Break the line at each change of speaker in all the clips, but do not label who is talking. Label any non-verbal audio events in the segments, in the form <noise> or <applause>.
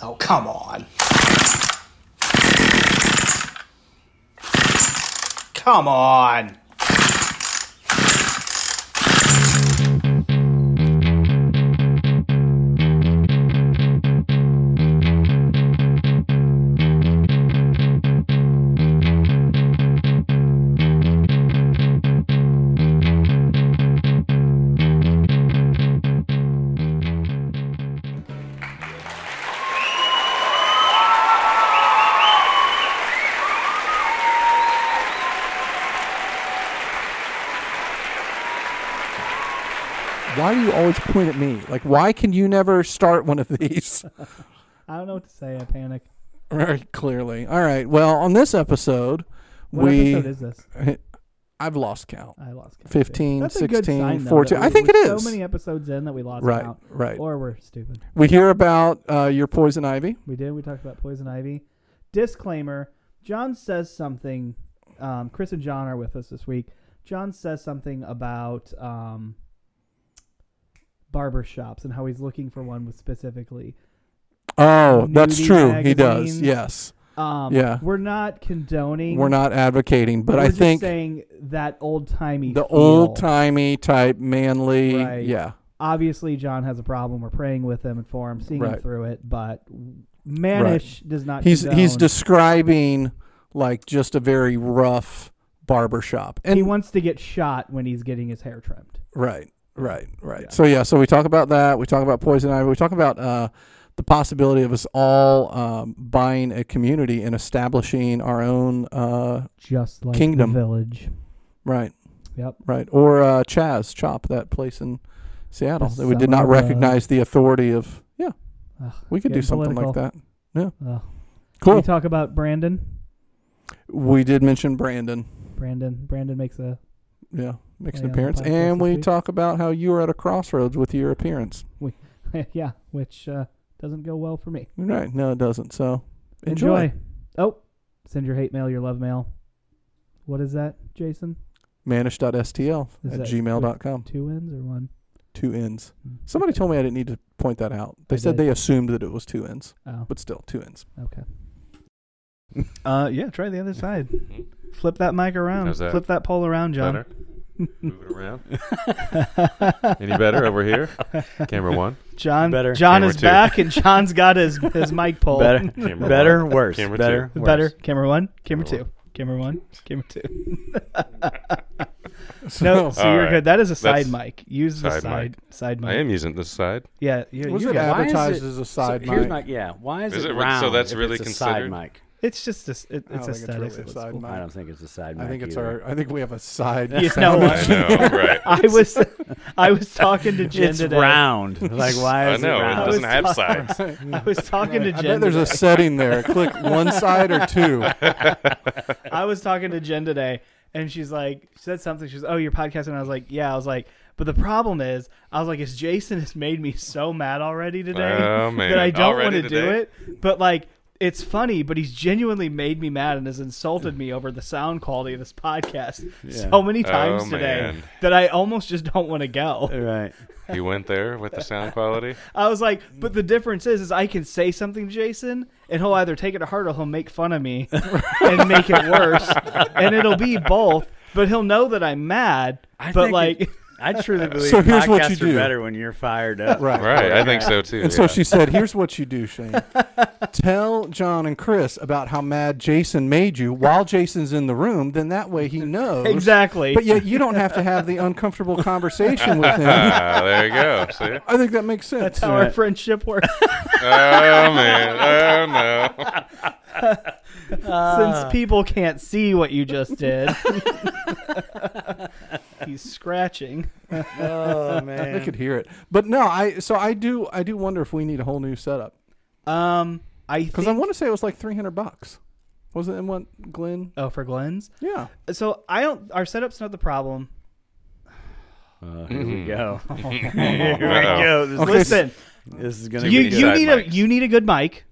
Oh, Come on. Come on.
Why do you always point at me? Like, why can you never start one of
<laughs>
these?
I don't know what to say. I panic.
Very clearly. All right. Well, on this episode,
What
we
episode is this?
I've lost count.
I lost count.
15,
That's a good
16,
sign, though,
14.
that we-
I think it
we're
is.
So many episodes in that we lost
Right,
count.
right.
Or we're stupid.
We hear about uh, your poison ivy.
We did. We talked about poison ivy. Disclaimer: John says something. Um, Chris and John are with us this week. John says something about um, barber shops and how he's looking for one with specifically.
Oh, that's
Nudie
true. He does.
magazines.
Yes.
Um,
Yeah.
We're not condoning.
We're not advocating, but
we're
I
just
think
saying that old timey.
the old timey type manly.
Right.
Yeah.
Obviously, John has a problem. We're praying with him and for him, seeing him
Right.
through it. But Manish does not.
He's he's
condone-
describing like just a very rough barbershop. And
he wants to get shot when he's getting his hair trimmed.
Right, right, right.
Yeah.
So yeah, so we talk about that. We talk about poison ivy. We talk about uh, the possibility of us all um, buying a community and establishing our own. Uh,
just like
Kingdom.
the village.
right,
Yep.
right. Or uh, Chaz Chop, that place in Seattle
The
that we did not
summer of, uh,
recognize the authority of. Yeah,
Ugh,
we could do
getting
something like
political.
that.
Oh. Can we
Cool.
talk about Brandon?
We did mention Brandon.
Brandon. Brandon makes a <laughs>
Yeah, makes an
Oh, Yeah, on the
appearance,
podcast
and
this
we
week.
talk about how you were at a crossroads with your appearance.
yeah, which uh, doesn't go well for me.
Right? No, it doesn't. So
Oh, send your hate mail, your love mail. What is that, Jason?
manish.stl
Is
at
that-
gmail.com.
Two ends or one?
Two ends. Somebody told me I didn't need to point that out. They
I
said
did.
they assumed that it was two ends,
Oh,
but still two ends.
okay.
Uh,
yeah, try the other side. Flip that mic around.
Mm-hmm. How's that?
Flip that pole around, John.
Better. Move it around. Any better over here? Camera one.
<laughs> John.
Better.
John
Camera
is
two.
back, and John's got his his mic pole.
Better,
Camera
better,
one.
worse.
Camera
better,
two.
worse.
Better. Camera one, camera,
Camera
two. Camera one, camera
<laughs>
two.
So- <laughs>
No, so you're
Alright.
good. That is a side
That's-
mic. Use the
side
side side mic.
I am using this side.
Yeah, you're,
was
you're
it
good.
Why is
advertised
it-
as a side
Here's
mic?
my yeah. Why is,
Is
it,
it re- so
round?
that's
if
really
it's a side
considered?
mic.
It's just a, s- it, it's
think it's
aesthetic.
really a
It's
side
cool.
mic.
I don't think it's a side mic.
I think it's
either.
our. I think we have a side. <laughs>
You
sound
know
I
effect.
know, right?
<laughs> I was I was talking to Jen
It's
today.
<laughs>
round. <laughs> Like why
I
is
know
it
it
round? <laughs>
doesn't have
was
sides.
I was talking to
I
Jen.
bet there's a
today.
setting there. Click one side or two.
<laughs> I was talking to Jen today, and she's like, she said something. She's, oh, you're podcasting. And I was like, yeah. I was like, but the problem is, I was like, is Jason has made me so mad already today
Oh,
<laughs>
man.
that I don't want
Already
to do
today?
it. But like, it's funny, but he's genuinely made me mad and has insulted me over the sound quality of this podcast so many
Oh,
times today
man.
that I almost just don't want to go.
Right.
You went there with the sound quality.
I was like, but
Mm.
the difference is, is I can say something to Jason, and he'll either take it to heart or he'll make fun of me <laughs> and make it worse, and it'll be both. But he'll know that I'm mad.
I
but
think <laughs>
like,
it- I truly believe
<laughs> So here's
podcasts
what you do.
are better when you're fired up.
Right.
Right, I think so too.
And so she said, "Here's what you do, Shane. Tell John and Chris about how mad Jason made you while Jason's in the room. Then that way he knows
exactly.
But yet you don't have to have the uncomfortable conversation with <laughs> him.
Ah, there you go. See?
I think that makes sense.
that's how our friendship
<laughs>
works.
Oh man. Oh no.
Uh.
Since people can't see what you just did,
<laughs>
he's scratching.
<laughs>
Oh man.
I could hear it. But no, I so I do I do wonder if we need a whole new setup
Um, I
because
think.
I want to say it was like three hundred bucks. Was it in what Glenn?
<laughs> oh, for Glenn's.
Yeah,
So I don't. Our setup's not the problem.
Oh, here
Hmm.
we go.
Uh-oh.
Here we go. This,
Okay.
Listen,
this is gonna
you
be good.
you
side
need a
mics.
you need a good mic.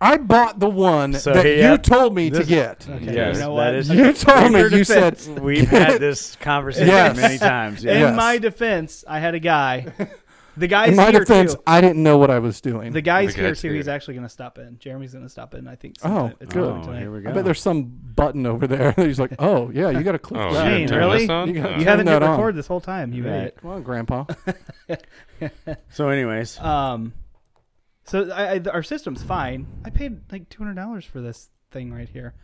I bought the one
So,
that
yeah,
you told me to
this-
get.
Okay,
Yes,
you know
that
what?
is-
You told me.
Your
You
<laughs>
said
defense.
We've had this conversation
Yes.
many times.
Yeah.
Yeah.
<laughs>
In my defense, I had a guy The guy's
in my
here
defense,
too.
I didn't know what I was doing.
The guy's
The
here
guy's
too. He's
here.
actually going to stop in. Jeremy's going to stop in. I think.
Oh,
sometime- it's
good.
going
Oh, here we go.
I bet there's some button over there. <laughs> that He's like, oh yeah, you got to click
Oh,
that.
you
Gene,
turn
really?
this on?
You got-
Uh,
You haven't
Turn
hit
that on.
record this whole time. You
Right.
idiot.
Come on, Grandpa.
So, anyways,
Uh,
Um, so I, I, our system's fine. I paid like two hundred dollars for this thing right here.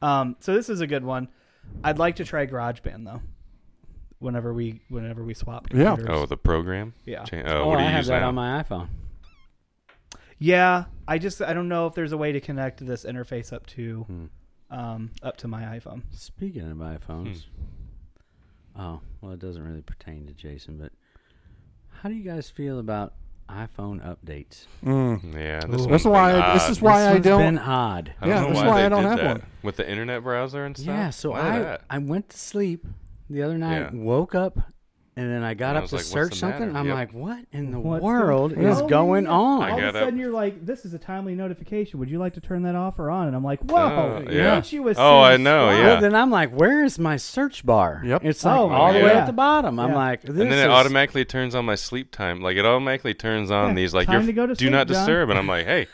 Um, so this is a good one. I'd like to try GarageBand though. Whenever we whenever we swap
Yeah.
computers.
Oh, the program.
yeah.
Cha- uh,
oh,
what do
I
you
have
use
that
now?
on my iPhone.
Yeah, I just I don't know if there's a way to connect this interface up to
Hmm.
um up to my iPhone.
Speaking of iPhones,
Hmm.
oh well, it doesn't really pertain to Jason, but how do you guys feel about iPhone updates?
Mm.
yeah, this
That's
one's been
why. I, this
odd.
is why
this
I
one's
don't.
Been odd.
I don't
yeah,
know
that's
why,
why
they
I don't
did
have
that.
one.
With the internet browser and stuff.
Yeah, so
Why
I
that?
I went to sleep the other night,
Yeah.
woke up, and then I got
And I
up
was
to
like, what's
search
the
something.
matter?
I'm
Yep.
like, what in the
What's going-
world
Yeah.
is
Oh,
going
yeah.
on?
I
All of
got
a
up.
sudden, you're like, "This is a timely notification. Would you like to turn that off or on?" And I'm like, "Whoa,
Oh, yeah.
aren't you a
Oh, I
serious
know,
squad?"
yeah.
Well, then I'm like, where is my search bar?
Yep.
It's like
Oh,
all the way
yeah.
at the bottom. I'm
Yeah.
like, this
and then it
is,
automatically turns on my sleep time. Like it automatically turns on
Yeah,
these like
time
you're
to go to
do
sleep,
not
John.
disturb, and I'm like, hey,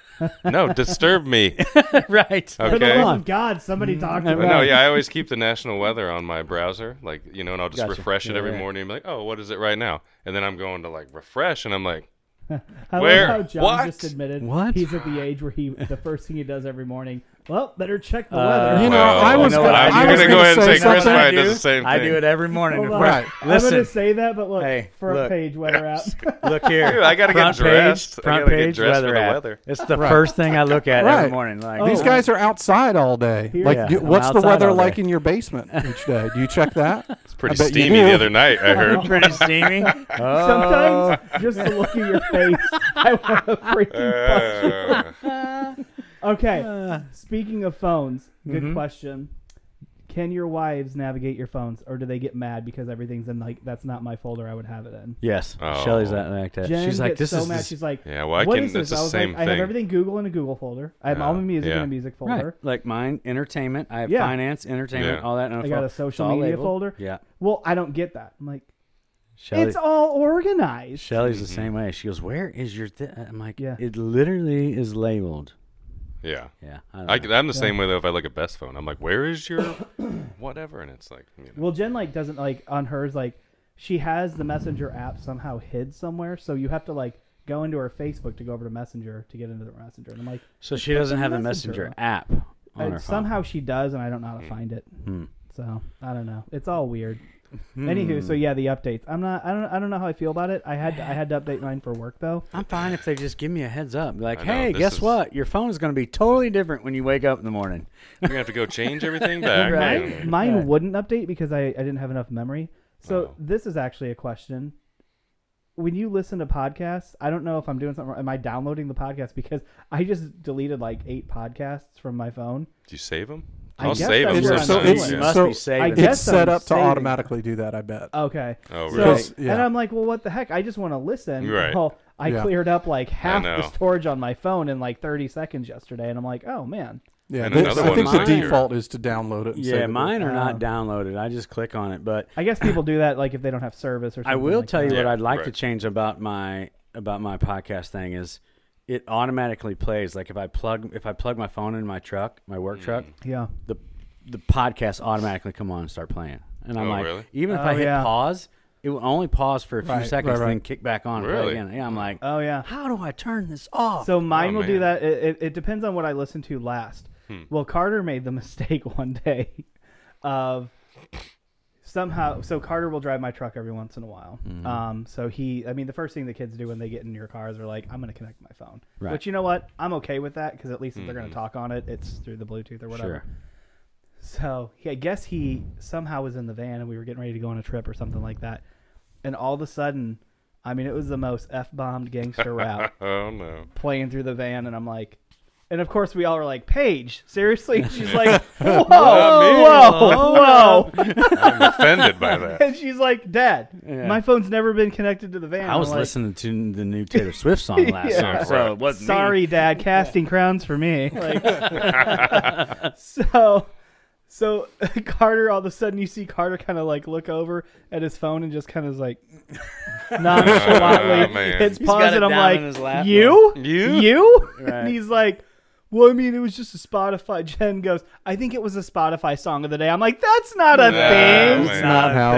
no, disturb me.
<laughs> right.
For the
Okay.
love of God, somebody talk to
Mm, Right.
But
me.
no, yeah, I always keep the national weather on my browser, like you know, and I'll just
Gotcha.
refresh it
Yeah,
every
yeah.
morning. And be like, oh, what is it right now? And then I'm going to like refresh, and I'm like,
I
Where?
love how John
What?
just admitted
What?
he's at the age where he the first thing he does every morning. Well, better check the
Uh,
weather.
You know,
well,
I was
you know
gonna-
what? I'm
I was
gonna
gonna
go ahead and
say
say Chris
something.
Bryant does the same
I
thing.
do it every morning.
Hold
before-
on.
Right.
<laughs>
I'm going to
Listen,
say that, but look,
Hey,
front
look.
page weather app.
look here.
Dude, I gotta get
Front page-
dressed. I
front
gotta get
page
dressed
weather
for the
app.
weather.
It's the
Right.
first thing I look at
Right.
every morning. Like
These
Oh.
guys are outside all day.
Here-
like,
Yeah,
you,
I'm
what's the
outside
weather
all day.
like in
<laughs>
your basement each day? Do you check that?
It's pretty
I bet you
steamy
do.
the other night.
<laughs>
I
<laughs>
heard.
pretty steamy. Oh.
<laughs> Sometimes just the look at your face, I want to freaking punch you.
Uh,
Okay. Speaking of phones, good
Mm-hmm.
question. Can your wives navigate your phones, or do they get mad because everything's in like that's not my folder? I would have it in.
Yes.
Oh.
Shelly's that like that.
Jen
She's like,
gets
this
so
is
mad.
this-
She's like,
Yeah, well, I
"What
can-
is this?"
it's the
I was
same
like, I have
thing.
everything Google in a Google folder. I have all my
Yeah,
music in
yeah.
a music
right.
folder.
Like mine, entertainment. I have
Yeah.
finance, entertainment,
Yeah.
all that. on
I got
phone.
a
It's
social
all
media
labeled.
folder.
Yeah.
Well, I don't get that. I'm like,
Shelly,
it's all organized.
Shelly's the
Mm-hmm.
same way. She goes, where is your? Th-? I'm like,
Yeah.
it literally is labeled.
yeah.
Yeah. I don't
I,
Uh,
know.
am the same way though. If I look at Best Phone, I'm like, "Where
<coughs>
is your whatever?" And it's like, you know.
Well, Jen like doesn't like on hers like she has the Messenger app somehow hid somewhere, so you have to like go into her Facebook to go over to Messenger to get into the Messenger. And I'm like,
So she doesn't have the
Messenger.
messenger app on
And
her phone. Hmm.
somehow she does, and I don't know how to find it. So I don't know. It's all weird. Anywho, so yeah, the updates. I'm not. I don't. I don't know how I feel about it. I had. I had to update mine for work though.
I'm fine if they just give me a heads up. Be Like,
I know,
hey,
this
guess
is-
what? Your phone is going to be totally different when you wake up in the morning.
You're gonna have to go change
<laughs>
everything back.
Right.
Yeah.
Mine
Yeah.
wouldn't update because I, I didn't have enough memory. So
Oh.
this is actually a question. When you listen to podcasts, I don't know if I'm doing something. wrong. Am I downloading the podcast because I just deleted like eight podcasts from my phone?
Do you save them?
I
I'll
guess
save
that's
them.
where I'm
sometimes,
going.
It's-
You
yeah.
must
so
be
I
saving.
guess
it's set
I'm
up to
saving.
automatically do that. I bet.
Uh,
Okay.
Oh,
So-
really?
Yeah.
And I'm like, well, what the heck? I just want to listen.
Right.
Well, I
Yeah.
cleared up like half the
know.
storage on my phone in like 30 seconds yesterday, and I'm like, oh man.
Yeah,
And
this-
another
I
one
think
is
the
like your-
default is to download it. And save
Yeah,
it.
mine are
Oh.
not downloaded. I just click on it. But
I guess people do that like if they don't have service or something.
I will
like
tell you
that.
what
Yeah,
I'd like to
right.
change about my about my podcast thing is it automatically plays. Like if I plug if I plug my phone in my truck, my
Mm.
work truck,
Yeah.
the the podcast automatically come on and start playing. And I'm
Oh,
like,
really?
even if
Oh,
I hit
yeah.
pause, it will only pause for a few
Right,
seconds,
right, right.
then kick back on
Really?
and play again. Yeah, I'm like,
Oh yeah.
how do I turn this off?
So mine
Oh,
will do
man.
that. It, it, it depends on what I listen to last. Well, Carter made the <laughs> mistake one day of somehow. So Carter will drive my truck every once in a while. Um, so he, I mean, the first thing the kids do when they get in your cars are like, "I'm going to connect my phone."
Right.
But you know what? I'm okay with that because at least if they're going to talk on it, it's through the Bluetooth or whatever.
Sure.
So he, I guess he somehow was in the van and we were getting ready to go on a trip or something like that. And all of a sudden, I mean, it was the most f bombed gangster rap
Oh no.
playing through the van, and I'm like, and of course we all are like, Paige, seriously? She's like, whoa, whoa,
Not
whoa,
I'm offended
<laughs>
by that.
<laughs> and she's like, Dad, my phone's never been connected to the van.
I
I'm
was
like,
listening to the new Taylor Swift song
<laughs>
last
Yeah.
night.
Right.
So it wasn't me.
Sorry, Dad, casting crowns for me. Like, <laughs> so, So <laughs> Carter, all of a sudden, you see Carter kind of like look over at his phone and just kind of is
<laughs>
like
Ah,
nonchalantly
Oh, man.
hits
He's
pause,
got it
and I'm
down in his
like,
lap,
"You,
You?
you?"
<laughs> Right.
And he's like, "Well, I mean, it was just a Spotify." <laughs> Jen goes, "I think it was a Spotify song of the day." I'm like, "That's not a
Nah,
thing."
Ah, man.
Not how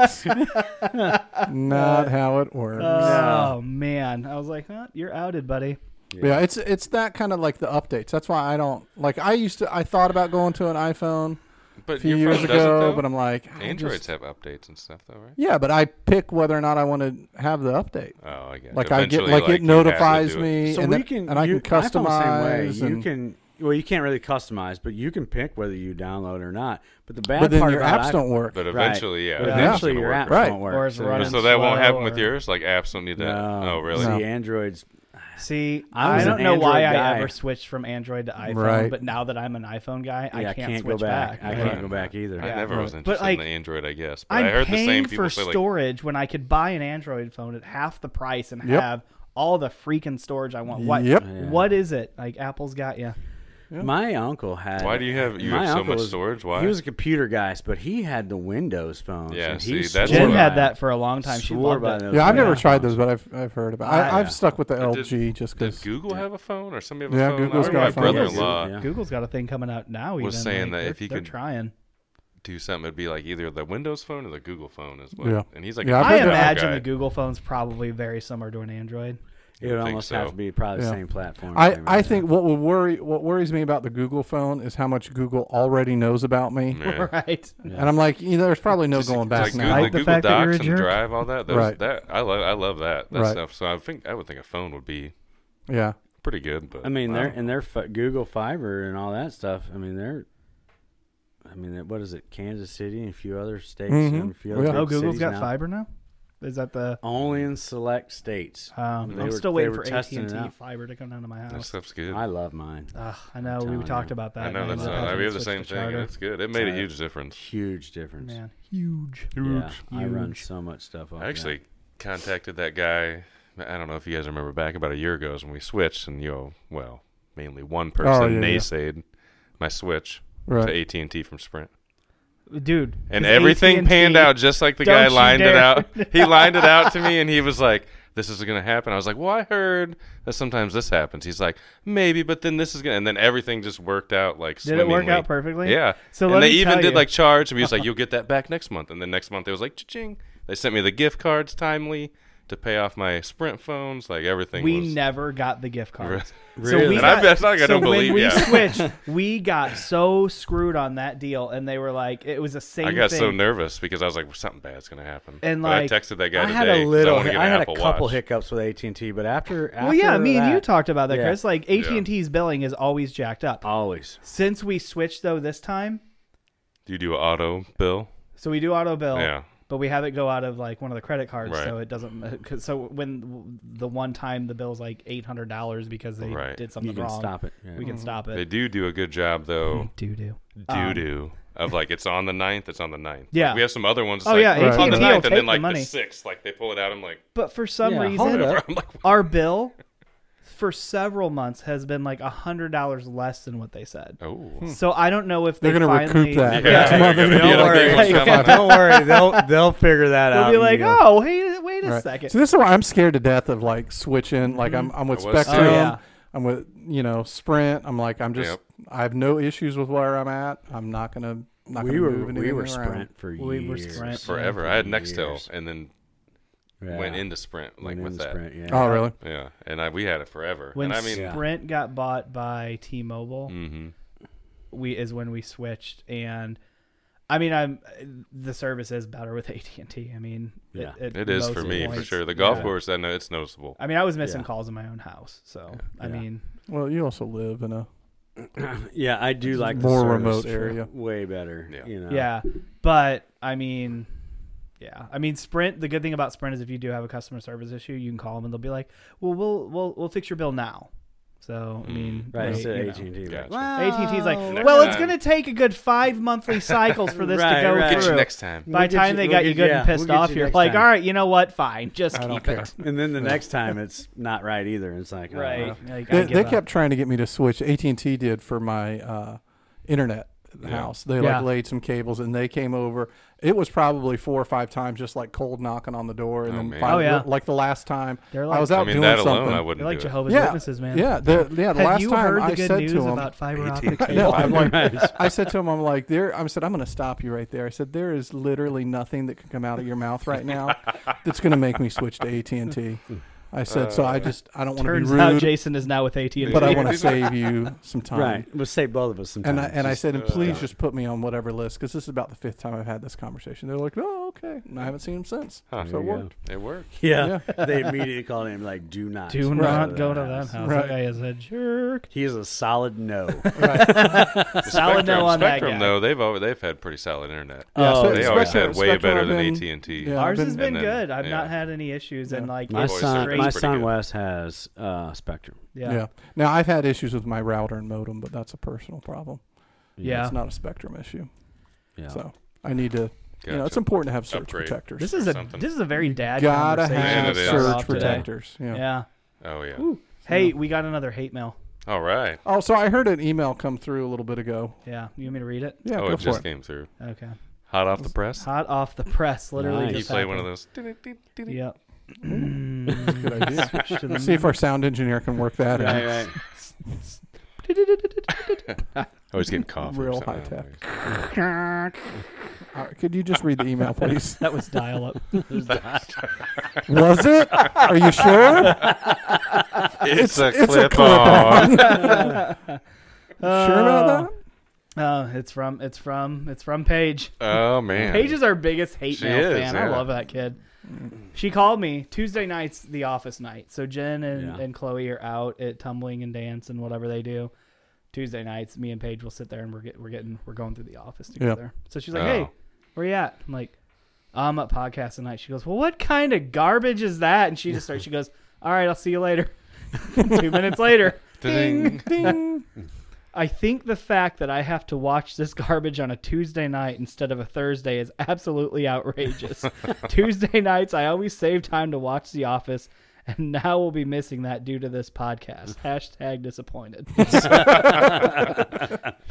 it
Thanks.
works.
<laughs>
Not how it works.
Uh,
Oh man, I was like, huh, "You're outed, buddy."
Yeah, it's it's that kind of like the updates. That's why I don't like. I used to. I thought about going to an iPhone a
But
few
your phone
years
doesn't,
ago,
though?
but I'm like, I just-
Androids have updates and stuff, though, right?
yeah, but I pick whether or not I want to have the update.
Oh, I get.
Like I get
Eventually,
like, it
you have to
notifies
do it.
me,
So
and,
we
then-
can
and I
you,
can
iPhone's the
customize.
Same way. You
and-
can well, you can't really customize, but you can pick whether you download or not. But the bad
but then
part
your
about
apps
iPhone-
don't work.
But
Right.
eventually, yeah.
But
it's
eventually
gonna
your
work.
apps
Right.
won't work.
Or it's
so-
running
So that won't happen
slow
with
or-
yours. Like apps don't need that.
No.
Oh, really?
See, Androids.
See,
I
I,
was
don't
an
know why
Android
I
guy.
ever switched from Android to iPhone,
Right.
but now that I'm an iPhone guy,
yeah,
I can't,
go
switch
back.
back.
I
Right.
can't go back either.
I never was
But,
interested
like,
in the Android, I guess. But
I'm
I heard the
paying
same people
for
say like,
storage when I could buy an Android phone at half the price and
Yep.
have all the freaking storage I want. What?
Yep.
Yeah.
What is it? Like Apple's got you.
My uncle had.
Why do you have- you
my
have so
uncle
much
was-
storage? Why?
He was a computer guy, but he had the Windows phones.
Yeah,
and he
see, that's
swore
Jen
what
by-
had that for a long time. She
swore
loved
by
it.
those
Yeah, I've never
Windows
tried
phones.
those, but I've I've heard
Ah,
about. I,
yeah.
I've stuck with the
Did-
LG just
Did
because.
Google have a phone or somebody have
Yeah,
a phone?
Google's
I
got a
remember
phone.
My brother-in-law
Yeah.
Google's got a thing coming out now.
Was
even,
saying
like,
that if
they're-
you
they're
could-
trying.
do something. It'd be like either the Windows phone or the Google phone as well.
Yeah.
And he's like,
Yeah,
a
I've
I
heard
Google
that.
imagine
guy.
the Google phone's probably very similar to an Android.
It would
think
almost have
so.
to be probably the
Yeah.
same platform.
I,
same
I
everything.
think what will worry what worries me about the Google phone is how much Google already knows about me, <laughs>
Yeah.
<laughs> Right.
and I'm like, you know, there's probably no
Just
going back
like
now.
Google,
Like the
Google
fact that you're
Docs
a
and
jerk.
Drive, all that. Those,
Right.
That I love. I love that that
Right.
stuff. So I think I would think a phone would be
yeah,
pretty good. But
I mean,
wow.
they're and their fi- Google Fiber and all that stuff. I mean, they're. I mean, that- what is it? Kansas City and a few other states
Mhm.
and a few other
Yeah.
big
Oh,
Oh, Google's
cities
got
now.
fiber now. Is that the?
Only in select states.
Um,
They
I'm
were-
still
they
waiting
were
for AT
testing
and
it
T
out.
fiber to come down to my
that
house.
stuff good.
I love mine.
Ugh, I know.
telling
We
you.
talked about that.
I know
man,
that's
about
not,
how
we
they
have the
switched
same
to
thing. and
charter.
It's good. It made a
Uh,
huge difference.
Huge difference.
Man, huge.
Yeah, I run
Huge.
so much stuff. Off
I actually
that.
contacted that guy. I don't know if you guys remember back about a year ago is when we switched, and you know, well, mainly one person
Oh, yeah, yeah.
naysayed my switch
right.
to AT and T from Sprint,
dude.
and
'cause
everything
AT&T
panned out just like the
Don't
guy
you
lined it
dare. <laughs>
out. He lined it out to me, and he was like, "This is gonna happen." I was like, "Well, I heard that sometimes this happens." He's like, "Maybe, but then this is gonna," and then everything just worked out like.
Did it work
swimmingly.
out perfectly?
Yeah.
So
and
let
they
me
even
tell
did
you.
like charge, and he
<laughs>
was like, "You'll get that back next month." And then next month it was like, "Ching!" They sent me the gift cards timely to pay off my Sprint phones, like everything.
We
was,
never got the gift
<laughs>
cards.
Really?
So we
And I
got,
bet- it's not like
so
I don't
when
believe
we
you. <laughs>
switched, we got so screwed on that deal, and they were like, it was the same.
I got
thing.
so nervous because I was like, well, "Something bad's gonna happen."
And,
But
like,
I texted that guy
I
today.
had a
'cause
little.
wanna get an
I had a
Apple
couple
Watch.
hiccups with AT and T, but after, after
Well, yeah, me and you
that-
talked about that,
Yeah.
Chris. Like AT and T's billing is always jacked up.
always.
Since we switched though, this time,
Do you do an auto bill?
so we do auto bill,
Yeah.
but we have it go out of like one of the credit cards,
Right.
so it doesn't. Cause, so when the one time the bill's like eight hundred dollars because they
Right. Mm-hmm.
did something
You can
wrong,
stop it. Yeah.
we can stop
They
it.
do do a good job though.
Do do.
Doo doo. Of like it's on the ninth, it's on the ninth. Like,
Hmm. Um, Yeah.
we have some other ones. It's
Oh,
like,
yeah,
it's on the
AT&T will
ninth,
take
and
the
then like
money.
the sixth, like they pull it out. I'm like,
But for some
Yeah,
reason,
hold up.
I'm like,
our bill for several months has been like a hundred dollars less than what they said. <laughs>
oh,
So I don't know if
They're
they
gonna
finally,
recoup
<laughs>
that.
<laughs> Yeah.
Next month they're gonna
Yeah,
be
don't worry.
like,
Hey,
"Extra $5."
Don't worry, they'll they'll figure that
They'll
out.
be like,
you know.
"Oh, hey, wait a
Right.
second.
So this is why I'm scared to death of like switching. Like I'm I'm with
I was too.
Spectrum.
Oh, yeah.
I'm with you know Sprint. I'm like I'm just
Yep.
I have no issues with where I'm at. I'm not gonna not
we
gonna
were
move
we
anything
were
around.
Sprint for years.
We were Sprint.
forever. I had Nextel, and then
Yeah.
went into Sprint like
Went
with
into
that.
Sprint, yeah.
Oh really?
Yeah, and I, we had it forever.
When
and I mean,
Yeah.
Sprint got bought by T-Mobile,
mhm.
we is when we switched, and I mean, I'm the service is better with <laughs> AT and T. I mean,
Yeah.
at
it is
most
for me for
points.
sure. The golf
Yeah.
course, I know it's noticeable.
I mean, I was missing
Yeah.
calls in my own house, so I
Yeah.
mean,
Well, you also live in a
Yeah, I do like
more
the service
remote area.
way better.
Yeah.
You know.
yeah. But I mean, yeah. I mean, Sprint. The good thing about Sprint is if you do have a customer service issue, you can call them and they'll be like, "Well, we'll we'll we'll fix your bill now." So I
Mm.
mean,
Right.
they-
Instead
you
of
know.
AT and T.
Gotcha.
AT&T's like,
Next
well, it's
time.
going to take a good five monthly cycles for this to
Right,
go
right.
Get
through.
you next time.
By
We'll
the
get
time
you-
they
we'll
got you
get-
good
yeah,
and pissed
we'll get
off,
you
you are
next
like,
time.
all right, you know what? Fine, just
I don't
keep
care.
it.
And then the next time it's not right either. It's like oh,
Right. Like, I
They,
give
they
up.
kept trying to get me to switch. AT and T did for my uh, internet the
Yeah.
house. They
Yeah.
like laid some cables and they came over. It was probably four or five times, just like cold knocking on the door, and
Oh,
then
man.
finally,
Oh, yeah.
like the last time,
They're
I
like-
was
I
out
mean,
doing
that
something.
alone, I
They're
wouldn't
like
do it.
Jehovah's
yeah,
Witnesses, man.
yeah, the, yeah. The
Have
last
you
time
heard
I
the good
said
news
to him, <laughs>
about fiber optic
no,
cable?
I'm <laughs> like, I said to him, I'm like, there. I said, I'm going to stop you right there. I said, there is literally nothing that can come out of your mouth right
<laughs>
now that's going to make me switch to AT and T. I said, so
Uh,
I just, I don't want to be
Turns
rude,
out Jason is now with AT and
but I
<laughs>
want to save you some time.
Right.
We'll save both of us some
And I
time.
and I
Just-
said, and
uh,
please
yeah.
just put me on whatever list because this is about the fifth time I've had this conversation. They're like, oh, okay. And I haven't seen him since.
Huh.
So it worked.
It worked.
yeah,
<laughs>
they immediately called him like, "Do not,
Do not go to that house.
Right.
That guy is a jerk.
He is a solid no.
<laughs>
Solid no on that
Spectrum
guy.
though, they've always, they've had pretty solid internet.
Yeah,
Oh,
so
they
it's
always
Spectrum-
had way
Spectrum
better
have been-
than AT and T.
Yeah. I've
Ours has
been-
been
and then-
good. I've
yeah.
not had any issues, and
Yeah.
like
My
Voice
it's
son,
service
straight.
my
is pretty
son
good.
Wes has uh, Spectrum.
Yeah.
yeah. yeah.
Now I've had issues with my router and modem, but that's a personal problem.
Yeah.
It's not a spectrum issue.
Yeah.
So I need to. You know,
Gotcha.
it's important to have surge
Upgrade.
protectors.
This is a
Something.
this is a very dad
gotta
conversation.
have
Yeah, it is.
to start
surge
off today.
protectors. Yeah.
Yeah.
Oh yeah.
Ooh. Hey, we got another hate mail.
All right.
Oh, so I heard an email come through a little bit ago.
Yeah, you want me to read it?
Yeah,
oh,
go
it
for
just
it.
came through.
Okay.
Hot off the press.
Hot off the press, literally.
Nice.
You
just
play one of
happened.
<laughs>
those. Yeah.
Yep.
Good idea.
Switch to the-
Let's see if our sound engineer can work that out.
right.
Oh,
Always getting coffee. or
Real
something.
high All right, Uh, could you just read the
<laughs>
email, please?
that was dial up.
Was it? Are you sure?
<laughs> It's, a
it's a <laughs>
clip,
clip-on.
on.
sure about
Uh, it's from it's from it's from Paige.
oh man.
Paige is our biggest hate
She
mail
is,
fan. I
yeah.
love that kid. She called me Tuesday nights, the office night. So Jen and,
Yeah.
and Chloe are out at tumbling and dance and whatever they do. Tuesday nights, me and Paige will sit there and we're get, we're getting we're going through the office together. So she's like,
Oh.
"Hey, where you at?" I'm like, "I'm at podcast tonight." She goes, "Well, what kind of garbage is that?" And she just starts. She goes, "All right, I'll see you later." <laughs> Two minutes later.
Ding.
that? Ding.
I think the fact that I have to watch this <laughs> garbage on a Tuesday night instead of a Thursday is absolutely outrageous. Tuesday nights, I always save time to watch The Office, and now we'll be missing that due to this podcast. Hashtag disappointed. <laughs>